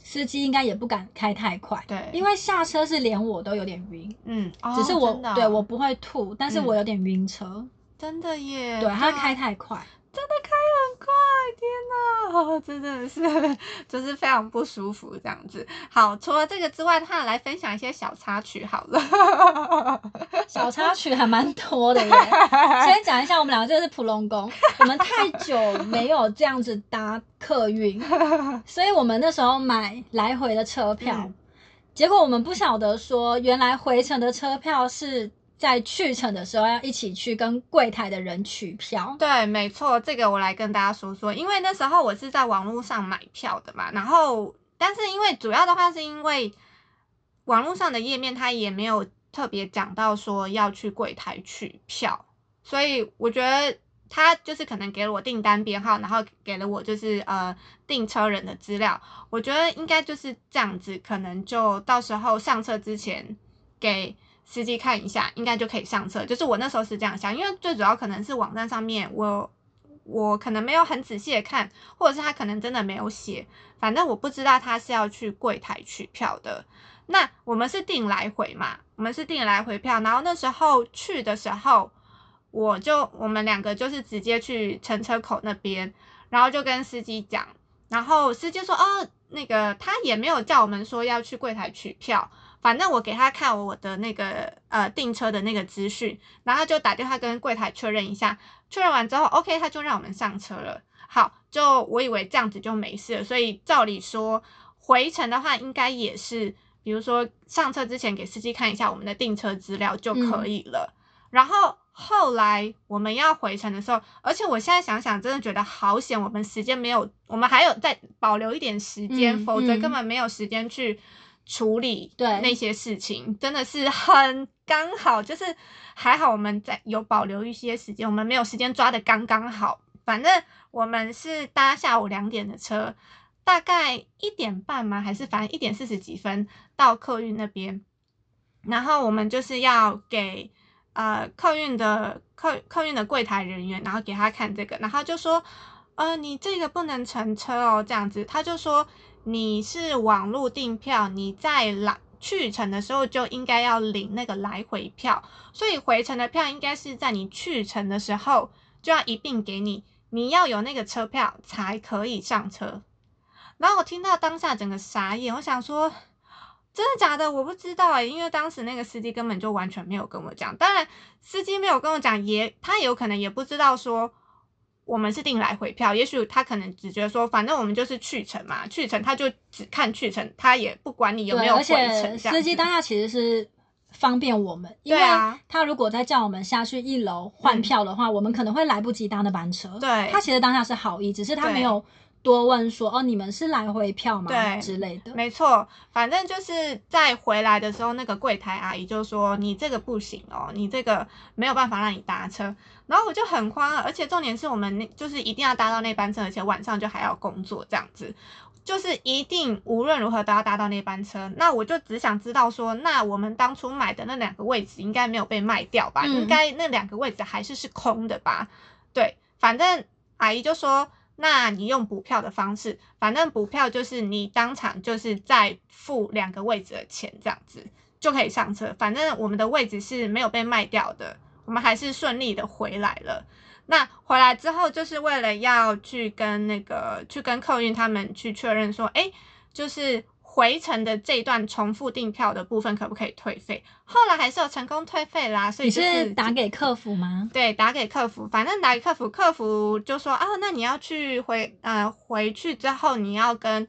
司机应该也不敢开太快。
对，
因
为
为下车是连我都有点晕，
嗯，
只是
哦
我、
真的啊
对我不会吐，但是
嗯
我有点晕车，
真的耶，
对他开
啊
太
<laughs>
快，
真的开很快，天哪，哦真的是就是非常不舒服这样子。好，除了这个之外，他来分享一些小插曲好了。
小插曲还蛮多
<laughs>
的耶。先讲一下，我们两个这是普龙宫，我们太久没有这样子搭客运，所以我们那时候买来回的车票，
嗯
结果我们不晓得说，原来回程的车票是在去程的时候要一起去跟柜台的人取票。
对，没错，这个我来跟大家说说，因为那时候我是在网络上买票的嘛，然后但是因为主要的话是因为网络上的页面它也没有特别讲到说要去柜台取票，所以我觉得他就是可能给了我订单编号，然后给了我就是呃订车人的资料，我觉得应该就是这样子，可能就到时候上车之前给司机看一下，应该就可以上车。就是我那时候是这样想，因为最主要可能是网站上面我我可能没有很仔细的看，或者是他可能真的没有写，反正我不知道他是要去柜台取票的。那我们是订来回嘛，我们是订来回票，然后那时候去的时候，我就我们两个就是直接去乘车口那边，然后就跟司机讲，然后司机说哦，那个他也没有叫我们说要去柜台取票，反正我给他看我的那个呃订车的那个资讯，然后他就打电话跟柜台确认一下，确认完之后，OK，他就让我们上车了。好，就我以为这样子就没事了，所以照理说回程的话应该也是，比如说上车之前给司机看一下我们的订车资料就可以了。然后后来我们要回程的时候，而且我现在想想，真的觉得好险，我们时间没有，我们还有再保留一点时间，
嗯
否则
嗯
根本没有时间去处理
对
那些事情，真的是很刚好，就是还好我们在有保留一些时间，我们没有时间抓的刚刚好。反正我们是搭下午两点的车，大概一点半吗？还是反正一点四十几分到客运那边，然后我们就是要给呃客运的客客运的柜台人员，然后给他看这个，然后就说，呃，你这个不能乘车哦，这样子，他就说你是网络订票，你在来去程的时候就应该要领那个来回票，所以回程的票应该是在你去程的时候就要一并给你，你要有那个车票才可以上车。然后我听到当下整个傻眼，我想说。真的假的？我不知道哎、因为当时那个司机根本就完全没有跟我讲。当然，司机没有跟我讲，也他有可能也不知道说我们是订来回票，也许他可能只觉得说，反正我们就是去程嘛，去程他就只看去程，他也不管你有没
对，
有
而
回程这
且
样子。
司机当下其实是方便我们，因
对
为
啊
他如果再叫我们下去一楼换
嗯
票的话，我们可能会来不及搭那班车。
对
他其实当下是好意，只是他
对
没有多问说哦，你们是来回票吗？
对
之类的。
没错，反正就是在回来的时候，那个柜台阿姨就说：“你这个不行哦，你这个没有办法让你搭车。”然后我就很慌啊，而且重点是我们那就是一定要搭到那班车，而且晚上就还要工作这样子，就是一定无论如何都要搭到那班车。那我就只想知道说，那我们当初买的那两个位置应该没有被卖掉吧？
嗯
应该那两个位置还是是空的吧？对，反正阿姨就说，那你用补票的方式，反正补票就是你当场就是再付两个位置的钱，这样子就可以上车。反正我们的位置是没有被卖掉的，我们还是顺利的回来了。那回来之后，就是为了要去跟那个去跟客运他们去确认说，哎，就是回程的这一段重复订票的部分可不可以退费？后来还是有成功退费啦，所以
你
就是是
打给客服
<laughs>
吗？
对，打给客服，反正打给客服，客服就说啊，那你要去回呃回去之后，你要跟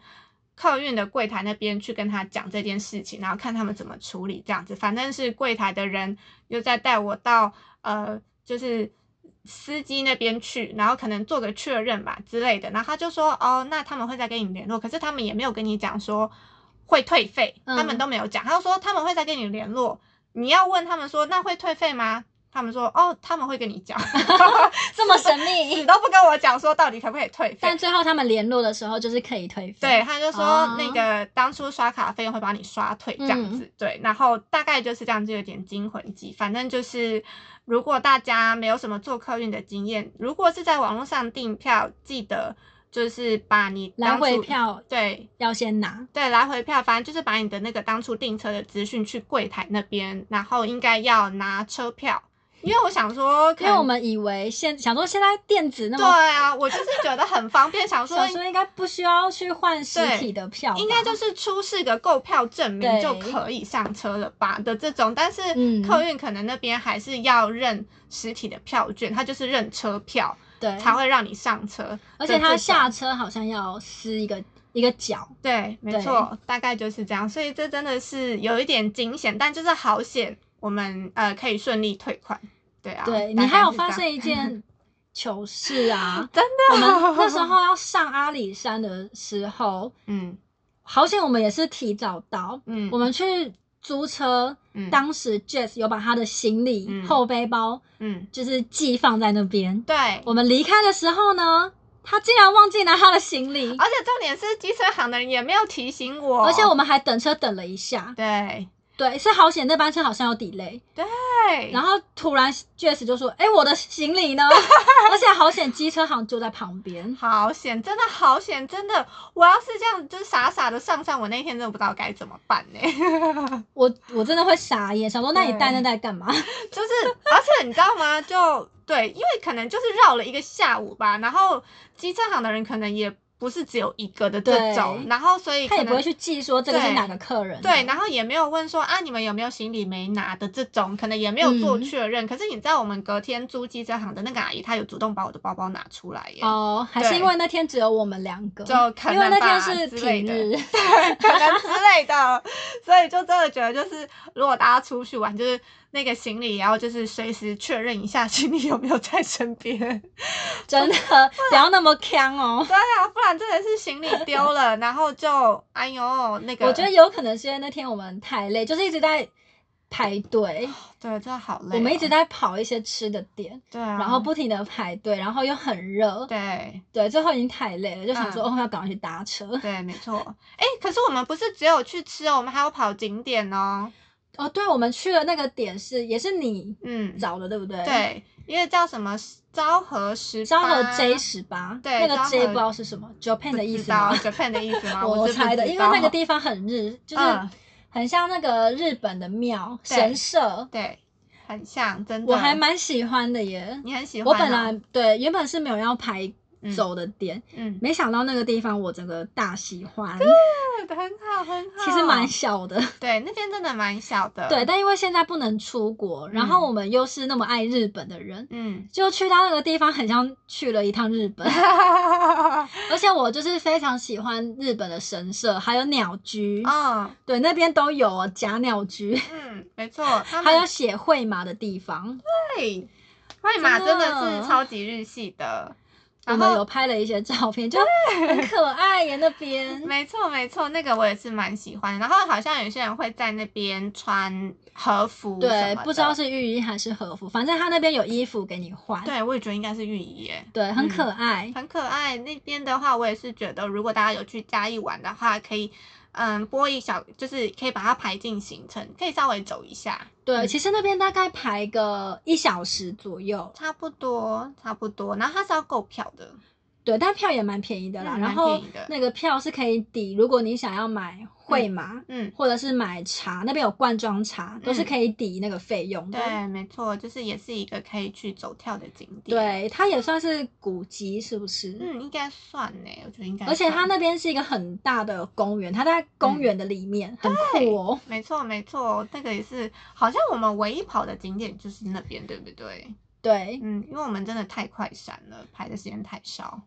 客运的柜台那边去跟他讲这件事情，然后看他们怎么处理这样子。反正是柜台的人又再带我到呃就是司机那边去，然后可能做个确认吧之类的。然后他就说哦，那他们会再跟你联络，可是他们也没有跟你讲说会退费，他们
嗯
都没有讲，他就说他们会再跟你联络。你要问他们说那会退费吗？他们说哦，他们会跟你
<laughs>
讲， <laughs>
这么神 <laughs>
死
秘，
都不跟我讲说到底可不可以退费
但。最后他们联络的时候就是可以退费。
对，，他就说
哦嗯
那个当初刷卡费用会帮你刷退这样子，对，然后大概就是这样，就有点惊魂记。反正就是，如果大家没有什么做客运的经验，如果是在网络上订票，记得就是把你
来
当
回
初
票
对
要先拿。
对，来回票，反正就是把你的那个当初订车的资讯去柜台那边，然后应该要拿车票，因为我想说，可
因为我
能
们以为现想说现在电子那
对
么，
啊，我就是觉得很
<laughs>
方便，想说
想说应该不需要去换实体的票吧，
应该就是出示个购票证明
对
就可以上车了吧的这种，但是
嗯
客运可能那边还是要认实体的票券，它就是认车票
对，
才会让你上车，
而且
的
他
这种
下车好像要撕一个一个角，
对，没错，大概就是这样，所以这真的是有一点惊险，但就是好险，我们呃可以顺利退款。对啊，
对
大
你
概
还有
是这
发
样
生一件糗事啊！
<laughs> 真的，
我们那时候要上阿里山的时候，
<laughs> 嗯
好险我们也是提早到，
嗯，
我们去租车，
嗯
当时 Jess 有把他的行李、
嗯
后背包
嗯
就是寄放在那边。
对，
我们离开的时候呢，他竟然忘记拿他的行李，
而且重点是机车行的人也没有提醒我，
而且我们还等车等了一下。
对
对，是好险那班车好像有 delay，
对，
然
后
后突然 Jess 就说：“哎、我的行李呢？” <laughs> 而且好险机车行就在旁边。
好险，真的好险，真的，我要是这样就是傻傻的上山，我那一天真的不知道该怎么办呢、 <laughs>
我我真的会傻眼，想说那你
对
带那袋干嘛？
就是，而且你知道吗？就对，因为可能就是绕了一个下午吧，然后机车行的人可能也不是只有一个的这种，
对
然后所以
他
可
也不会
能。
去记说这个是
对
哪个客人的。
对，然后也没有问说啊，你们有没有行李没拿的这种，可能也没有做
嗯
确认。可是你知道，我们隔天租机车行的那个阿姨，她有主动把我的包包拿出来耶。
哦，还是
对
因为那天只有我们两个，
就可能
因为那天
吧
是
之类
平
的
日， <laughs>
<laughs> 可能之类的，所以就真的觉得，就是如果大家出去玩，就是那个行李也要就是随时确认一下 <laughs> 行李有没有在身边。对
真的不要那么坑哦。
啊，不然真的是行李丢了，然后就哎呦那个，
我觉得有可能是因为那天我们太累，就是一直在排队，
对，真的好累
我
哦、
们一直在跑一些吃的店，
对啊，
然后不停的排队，然后又很热，
对
对，最后已经太累了，就想说
嗯
哦要赶快去搭车。
对，没错。哎，可是我们不是只有去吃哦，我们还有跑景点哦。
哦，对，我们去的那个点是也是你
嗯，
找的，对不对？，
对，因为叫什么昭和十
昭和
八
J 十八，
对
那个
昭和
J 不知道是什么，Japan
不
的意
知
思
道
吗？
<laughs> Japan 的意思吗？
<laughs> 我
是不
猜的，
知
因为那
道
个地方很日，就是
嗯
很像那个日本的庙
对
神社，
对，很像，真的。
我还蛮喜欢的耶。
你很喜欢、哦
我本来对原本是没有要排
嗯
走的点，
嗯，
没想到那个地方我整个大喜欢，
对，啊很好，很好。
其实蛮小的， <laughs>
对，那天真的蛮小的。
对。，但因为现在不能出国，然后
嗯
我们又是那么爱日本的人。
嗯，，
就去到那个地方，很像去了一趟日本
<laughs> 嗯，
而且我就是非常喜欢日本的神社，还有鸟居，
啊
对，那边都有哦，假鸟居。
哦嗯，没错，他
还有
们啊
写会马的地方，
对，瑞玛真的
真的
是超级日系的。
我
然
们
后
有拍了一些照片，就很可爱耶。那边
<laughs> 没错没错，那个我也是蛮喜欢。然后好像有些人会在那边穿和服什么
对
的，
不知道是浴衣还是和服，反正他那边有衣服给你换，
对，我也觉得应该是浴衣耶。
对，很
嗯
可爱。
很可爱。那边的话，我也是觉得，如果大家有去嘉义玩的话，可以嗯播一小，就是可以把它排进行程，可以稍微走一下，
对，其实那边大概排个一小时左右，
差不多差不多。然后它是要购票的，
对，但票也蛮便宜的啦。然
嗯蛮
后
便宜的
那个票是可以抵，如果你想要买会马。
嗯，
或者是买茶，那边有罐装茶，都是可以抵那个费用的。
对，没错，就是也是一个可以去走跳的景点。，
对，它也算是古迹，是不是？
嗯，应该算呢，我觉嗯得应该算。
而且它那边是一个很大的公园，它在公园的里面，很酷哦。
没错没错，那个也是，好像我们唯一跑的景点就是那边，对不对？
对
嗯，因为我们真的太快闪了，排的时间太少。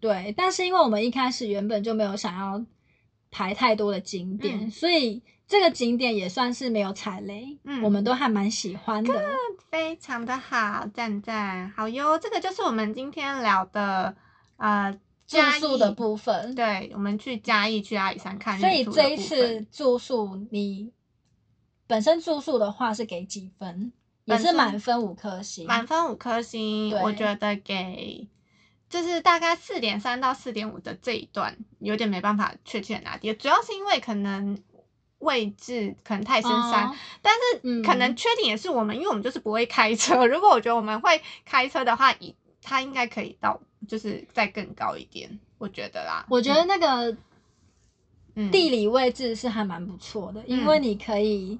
对，但是因为我们一开始原本就没有想要排太多的景点，
嗯
所以这个景点也算是没有踩雷，
嗯
我们都还蛮喜欢的。
非常的好，赞赞，好哟！这个就是我们今天聊的，呃，
住
嘉
宿
义
的部分，
对，我们去嘉义去阿里山看日
所以
出的
这一
部
次
分
住宿你本身住宿的话是给几分？也
本
是
身
满分五颗星。
满分五颗星，我
对
觉得给就是大概四点三到四点五的这一段，有点没办法确切拿低，主要是因为可能位置可能太深山，
哦
但是可能
嗯
缺点也是我们，因为我们就是不会开车。 <laughs> 如果我觉得我们会开车的话，以它应该可以到，就是再更高一点，我觉得啦。
我觉得那个
嗯
地理位置是还蛮不错的，因为你可以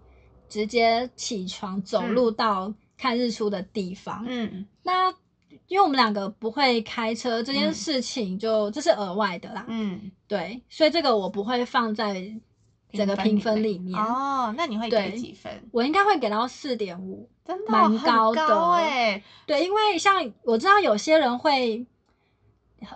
直接起床走路到看日出的地方。
嗯
那因为我们两个不会开车，这件
嗯
事情就、这是额外的啦。
嗯，
对，所以这个我不会放在整个评分里面。
哦，那你会
对
给几分？
我应该会给到四点五，
真的
蛮
很
高的
哎、
对，因为像我知道有些人会，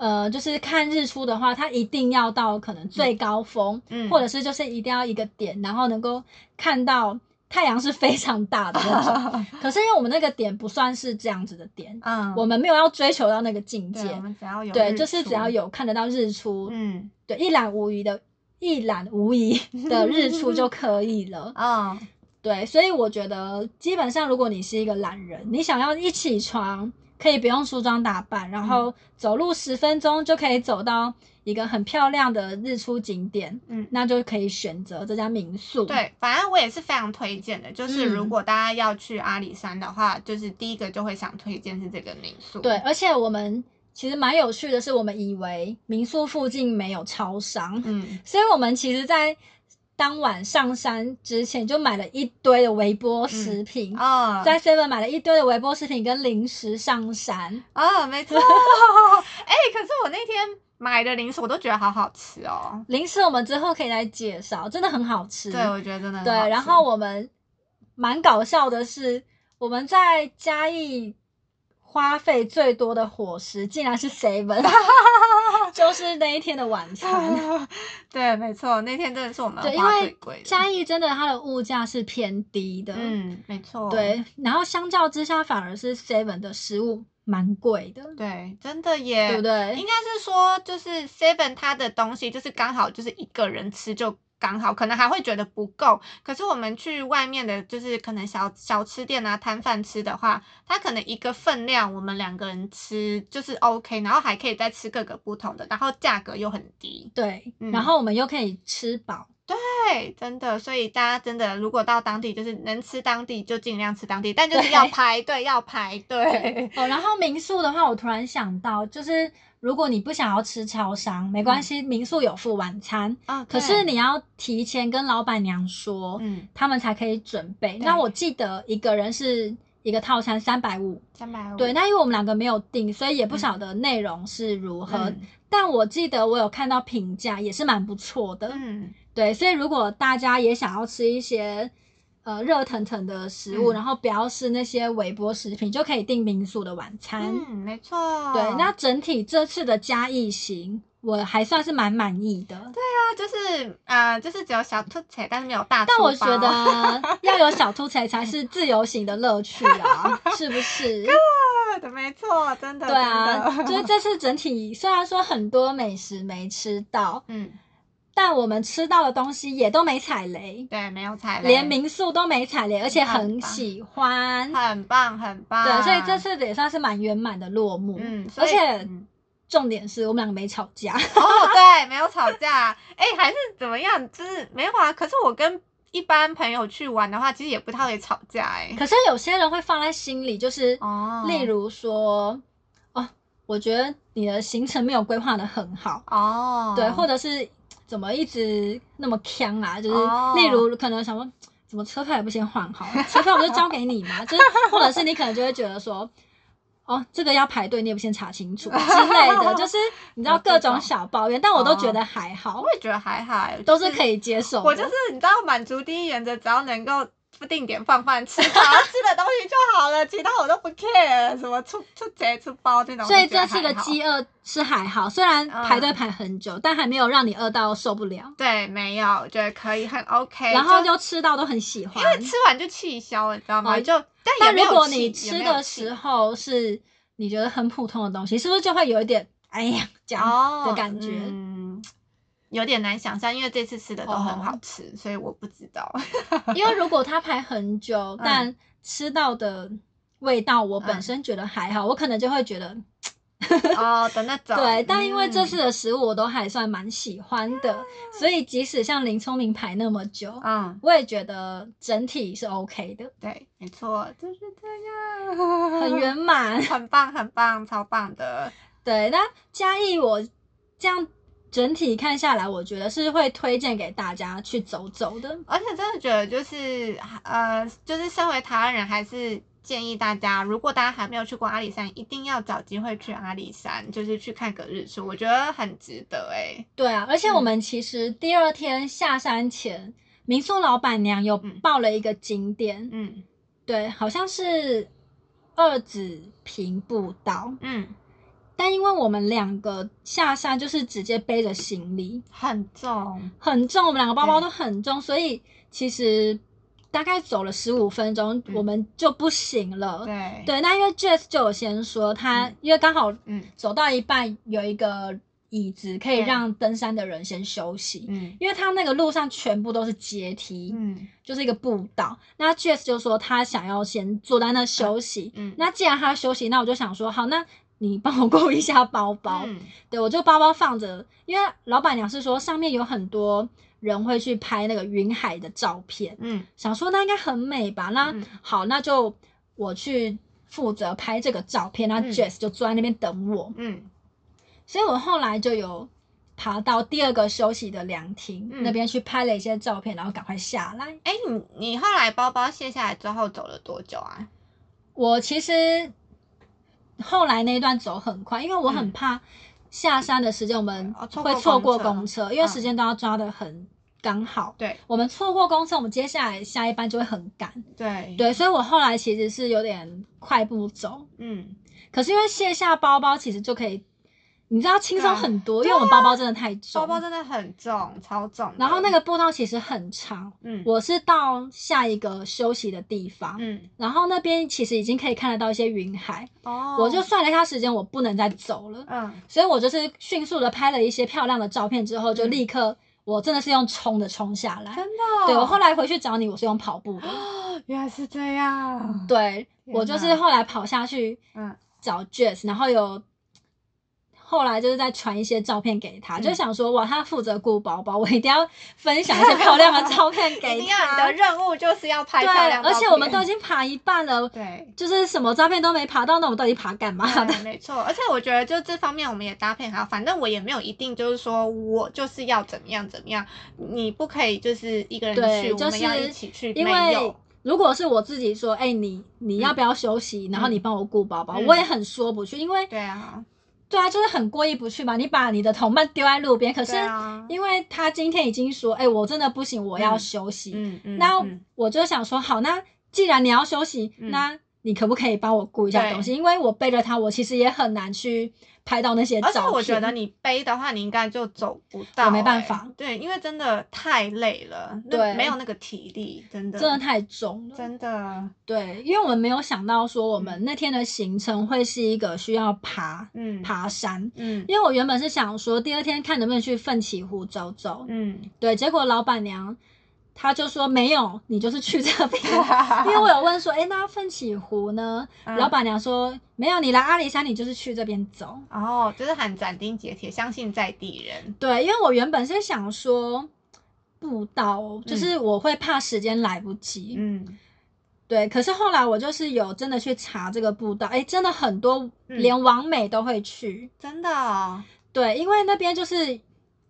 呃，就是看日出的话，他一定要到可能最高峰，
嗯
或者是就是一定要一个点，然后能够看到太阳是非常大的那种。
<laughs>
可是因为我们那个点不算是这样子的点，
嗯，
我们没有要追求到那个境
对，啊我
界，
们只要有
对，
日
就是只要
出，
有看得到日出，
嗯
对，一览无余的。一览无
<laughs>
遗的日出就可以了，
嗯
对，所以我觉得基本上，如果你是一个懒人，你想要一起床可以不用梳妆打扮，然
嗯
后走路十分钟就可以走到一个很漂亮的日出景点，
嗯。
那就可以选择这家民宿。，
对，反正我也是非常推荐的，就是如
嗯
果大家要去阿里山的话，就是第一个就会想推荐是这个民宿。
对，而且我们其实蛮有趣的是，我们以为民宿附近没有超商，
嗯，
所以我们其实，在当晚上山之前就买了一堆的微波食品。
啊、
在 Seven 买了一堆的微波食品跟零食上山，
啊，
<laughs>
没错。哎、可是我那天买的零食我都觉得好好吃哦。
零食我们之后可以来介绍，真的很好吃。
对，我觉得真的很
对
好
然
吃
后我们蛮搞笑的是，我们在嘉义花费最多的伙食竟然是 seven，就是那一天的晚
<laughs>
餐。 <laughs>
对，没错，那天真的是我们
对因
花
为
最贵的。
嘉义真的它的物价是偏低的，
嗯，没错，
对，然后相较之下反而是 seven 的食物蛮贵的，
对，真的耶，
对不对
应？该是说，就是 Seven 它的东西就是刚好就是一个人吃就刚好，可能还会觉得不够。可是我们去外面的，就是可能小小吃店啊、摊贩吃的话，它可能一个分量我们两个人吃就是 OK，然后还可以再吃各个不同的，然后价格又很低。
对，
嗯
然后我们又可以吃
<laughs>
饱，
对，真的，所以大家真的如果到当地，就是能吃当地就尽量吃当地，但就是要
对
排队，要排
<laughs>
队。
哦，然后民宿的话，我突然想到，就是如果你不想要吃超商，没关系，民宿有附晚餐，
啊，
可
嗯对
是你要提前跟老板娘说，
嗯，
他们才可以准备。
对
那我记得一个人是一个套餐三百五，
三百五，
对，那因为我们两个没有订，所以也不晓得内容是如何。
嗯
但我记得我有看到评价，也是蛮不错的。
嗯。
对，所以如果大家也想要吃一些。呃，热腾腾的食物，
嗯
然后不要是那些微波食品，就可以订民宿的晚餐。
嗯，没错。
对，那整体这次的嘉义行，我还算是蛮满意的。
它就是呃，就是只有小兔仔，但是没有大兔
但
包。
我觉得要有小兔才才是自由行的乐趣啊，是不
<laughs>
是？
<laughs> 对的，没错，真的。
对啊，
真的
就是这次整体虽然说很多美食没吃到，
<laughs> 嗯，
但我们吃到的东西也都没踩雷，
对，没有踩雷，
连民宿都没踩雷，而且很
很棒
喜欢。
很棒，很棒。
对，所以这次也算是蛮圆满的落幕。
啊嗯，所
而
以
且
嗯
重点是我们两个没吵架。 <laughs>
哦，对，没有吵架。 <laughs> 哎，还是怎么样？就是没有啊。可是我跟一般朋友去玩的话，其实也不太会吵架。哎，
可是有些人会放在心里，就是
哦，
例如说，哦，我觉得你的行程没有规划的很好，
哦，
对，或者是怎么一直那么呛啊？就是、
哦
例如可能想说，怎么车票也不先换好，车票不是交给你嘛？ <laughs> 就是或者是你可能就会觉得说。哦，这个要排队，你也不先查清楚之类
<laughs>
的，就是你知道
哦有这
各种
种
小抱怨，但我都觉
哦
得还好，
我也觉得还好，
都是可
以。
以接受的。
我就是你知道，满足第一原则，只要能够定点放饭吃， <laughs> 好好吃的东西就好了，其他我都不 care，什么出出贼出包这种。
所以
我就觉
这次
得
的
还好嗯
饥饿是还好，虽然排队排很久，但还没有让你饿到受不了，
对没有，我觉得可以很
<laughs>
OK。
然后就吃到都很喜欢
哎因。为吃完就气消了，你知道吗？
哦
就但也
但
没
如
有
果
气
你
也
吃
没有
的
气
时候是你觉得很普通的东西，是不是就会有一点哎呀这样？
哦
的感觉
嗯，有点难想象，因为这次吃的都
哦
很好吃，所以我不
<laughs>
知道。
因为如果它排很久，
嗯
但吃到的味道我本身觉得还好，我可能就会觉得
哦的那种。
对。但因为这次
嗯
的食物我都还算蛮喜欢的，所以即使像林聪明排那么久，
嗯，
我也觉得整体是 OK 的，
对，没错，就是这样，
很，圆满。 <laughs>
很棒，很棒，超棒的。
对，那嘉义我这样整体看下来，我觉得是会推荐给大家去走走的。
而且真的觉得就是呃，就是身为台湾人，还是建议大家，如果大家还没有去过阿里山，一定要找机会去阿里山，就是去看个日出，我觉得很值得哎、
对啊，而且
嗯
我们其实第二天下山前，民宿老板娘有
嗯
报了一个景点，
嗯
对，好像是二子坪步道，
嗯，
但因为我们两个下山就是直接背着行李，
很重，
很重，我们两个包包
对
都很重，所以其实大概走了十五分钟，
嗯
我们就不行了。
对，
对，那因为 Jess 就有先说他，
嗯
因为刚好
嗯
走到一半有一个椅子可以
对
让登山的人先休息，
嗯
因为他那个路上全部都是阶梯，
嗯
就是一个步道。那 Jess 就说他想要先坐在那休息。
嗯，
那既然他休息，那我就想说，好，那你帮我 <laughs> 顾一下包包。
嗯
对，我就包包放着，因为老板娘是说上面有很多人会去拍那个云海的照片，
嗯
想说那应该很美吧？那、
嗯
好，那就我去负责拍这个照片，那
嗯
Jess 就坐在那边等我，
嗯
所以我后来就有爬到第二个休息的凉亭、
嗯
那边去拍了一些照片，然后赶快下来。
哎、你你后来包包卸下来之后走了多久啊？
我其实后来那一段走很快，因为我很
嗯
怕下山的时间我们
哦错过
会错过
公车
公车，因为
嗯
时间都要抓的很刚好。
对
我们错过公车，我们接下来下一班就会很赶。
对，
对，所以我后来其实是有点快步走，
嗯，
可是因为卸下包包，其实就可以，你知道轻松
对啊
很多，因为我们包包真的太重。
包包真的很重，超重的。
然后那个步道其实很长，
嗯
我是到下一个休息的地方，
嗯
然后那边其实已经可以看得到一些云海。
哦，
我就算了一下时间，我不能再走了，
嗯
所以我就是迅速的拍了一些漂亮的照片之后，就
嗯
立刻，我真的是用冲的冲下来。
真的哦、
对我后来回去找你，我是用跑步的。
<gasps> 原来是这样。
对
天
我就是
哪
后来跑下去
嗯
找 Jess，然后有后来就是在传一些照片给他，就
嗯
想说哇，他负责顾宝宝，我一定要分享一些漂亮的照
<laughs>
片
一
给
定要你的
他。
任务就是要拍
对，
漂亮照
而且我们都已
片
经爬一半了，
<laughs> 对。
就是什么照片都没爬到，那我们到底爬干嘛？
啊对，没错，而且我觉得就这方面我们也搭配好，反正我也没有一定就是说我就是要怎么样怎么样，你不可以就是一个人
对
去，
就
我们要
是
一起去，
因
没
为
有
如果是我自己说，哎、你你要不要休息？然后你帮我顾宝宝，我也很说不去，因为
嗯对啊，
对啊，就是很过意不去嘛。你把你的同伴丢在路边，可是
对啊，
因为他今天已经说，哎、我真的不行，我要
嗯
休息。
嗯嗯，
那
嗯
我就想说，好，那既然你要休息，
嗯
那你可不可以帮我顾一下
对
东西？因为我背着他，我其实也很难去拍到那些照
而且
片。
我觉得你背的话，你应该就走不到、
我没办
欸
法
对，因为真的太累了，那
对
没有那个体力，真的，
真的太重了。
真的，
对，因为我们没有想到说，我们那天的行程会是一个需要爬
嗯，，
爬山。
嗯
因为我原本是想说，第二天看能不能去奋起湖走走，
<laughs> 嗯，
对，结果老板娘她就说没有，你就是去这
<laughs>
边，因为我有问说，哎、那奋起湖呢？
嗯
老，板娘说没有，你来阿里山，你就是去这边走。
哦，就是很斩钉截铁，相信在地人，
对，因为我原本是想哦说步道，就是我会怕时间来不及，
嗯，
对，可是后来我就是有真的去查这个步道，哎，真的很多，
嗯
连王美都会去。
真的哦、
对，因为那边就是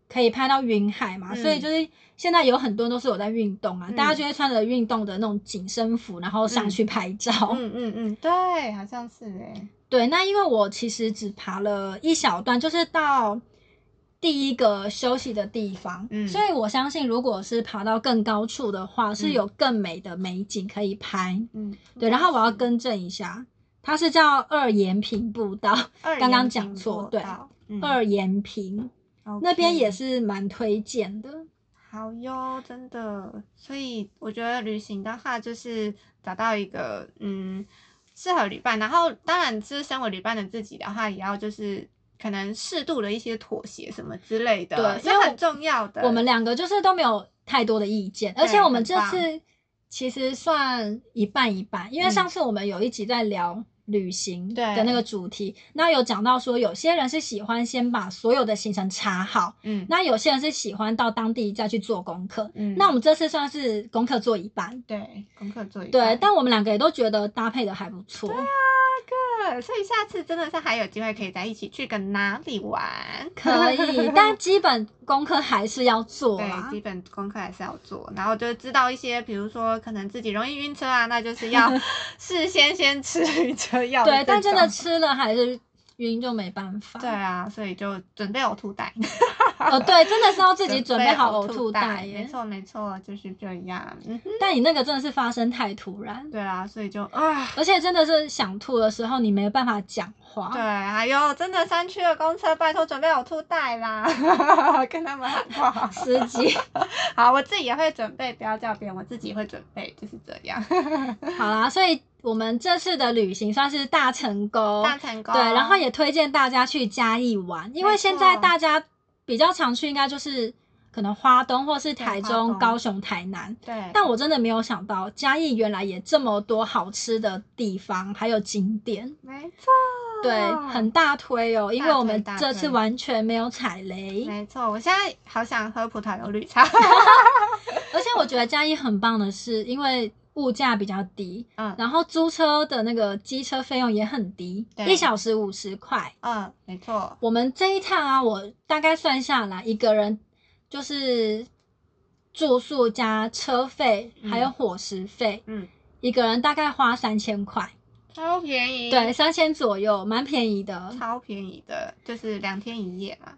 可以拍到云海嘛，
嗯
所以就是现在有很多都是有在运动啊，
嗯
大家就会穿着运动的那种紧身服，然后上去拍照。
嗯嗯嗯，对，好像是哎，
<laughs> 对，那因为我其实只爬了一小段，就是到第一个休息的地方，
嗯
所以我相信，如果是爬到更高处的话，是
嗯
有更美的美景可以拍。
嗯，
对，然后我要跟正一下，它是叫二岩坪步道，刚刚讲错对
嗯、
二岩坪
OK
那边也是蛮推荐的。
好哟，真的。所以我觉得旅行的话，就是找到一个嗯适合旅伴，然后当然就是身为旅伴的自己的话，也要就是可能适度的一些妥协什么之类的，
对
是
因为
很
我
重要的。
我们两个就是都没有太多的意见，而且我们
很
这
棒
次其实算一半一半，因为
嗯
上次我们有一集在聊旅行
对
的那个主题，那有讲到说有些人是喜欢先把所有的行程查好，
嗯
那有些人是喜欢到当地再去做功课。
嗯，
那我们这次算是功课做一半，
对功课做一
对，
半
但我们两个也都觉得搭配的还不错。
对呃所以下次真的是还有机会可以再一起去个哪里玩，
可
<laughs>
以，但基本功课还是要做
对，
啊
基。本功课还是要做，然后就知道一些，比如说可能自己容易晕车啊，那就是
<laughs>
要事先先吃晕车药。
对，但真的。吃了还是晕，就没办法。
对啊，所以就准备呕吐袋，
<laughs> 哦，对，真的是要自己准备好呕
吐
吐袋
没
耶。
错没错，就是这样。嗯哼，
但你那个真的是发生太突然，
对啊，所以就啊，
而且真的是想吐的时候你没办法讲话。
对，哎呦，真的山区的公车，拜托准备呕吐袋啦， <laughs> 跟他们喊话。
司机，
好，我自己也会准备，不要叫别人，我自己会准备，就是这样。 <laughs>
好啦，所以我们这次的旅行算是大成功。
大成功。
对，然后也推荐大家去嘉义玩，因为
没错
现在大家比较常去应该就是可能花东或是台
花
中、
东
高雄、台南。
对，
但我真的没有想到嘉义原来也这么多好吃的地方，还有景点，
没错，
对，很大推哦，因为
大
我们
推大
这次
推
完全没有踩雷。
没错，我现在好想喝葡萄柚绿 <laughs> 茶。
而且我觉得嘉义很棒的是，因为物价比较低，
嗯
然后租车的那个机车费用也很低，
对
一小时五十块。
嗯，没错，
我们这一趟啊，我大概算下来，一个人就是住宿加车费，
嗯
还有伙食费，
嗯，
一个人大概花三千块，
超便宜，嗯
对，，三千左右，蛮便宜的。
超便宜的，就是两天一夜嘛。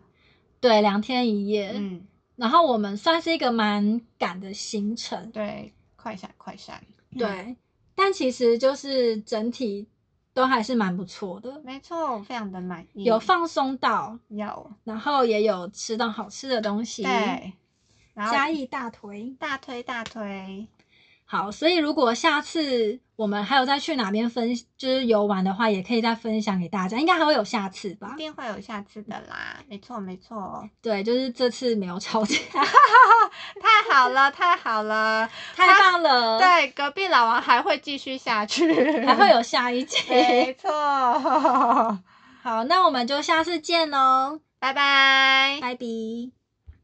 对，两天一夜，
嗯，
然后我们算是一个蛮赶的行程，
对，快闪快闪。嗯
对，但其实就是整体都还是蛮不错的，
没错，我非常的满意。
有放松到，
有，
然后也有吃到好吃的东西，
对，然后
嘉义大腿。
大推大推，
好，所以如果下次我们还有再去哪边分，就是游玩的话，也可以再分享给大家，应该还会有下次
一
吧？
定会有下次的啦。没错没错，
对，就是这次没有吵
<laughs>
架，
太好了太好了。
太棒了，，
对，隔壁老王还会继续下去，
还会有下一集。<laughs>
<laughs> 没错。
好，那我们就下次见喽，
拜拜。
拜拜。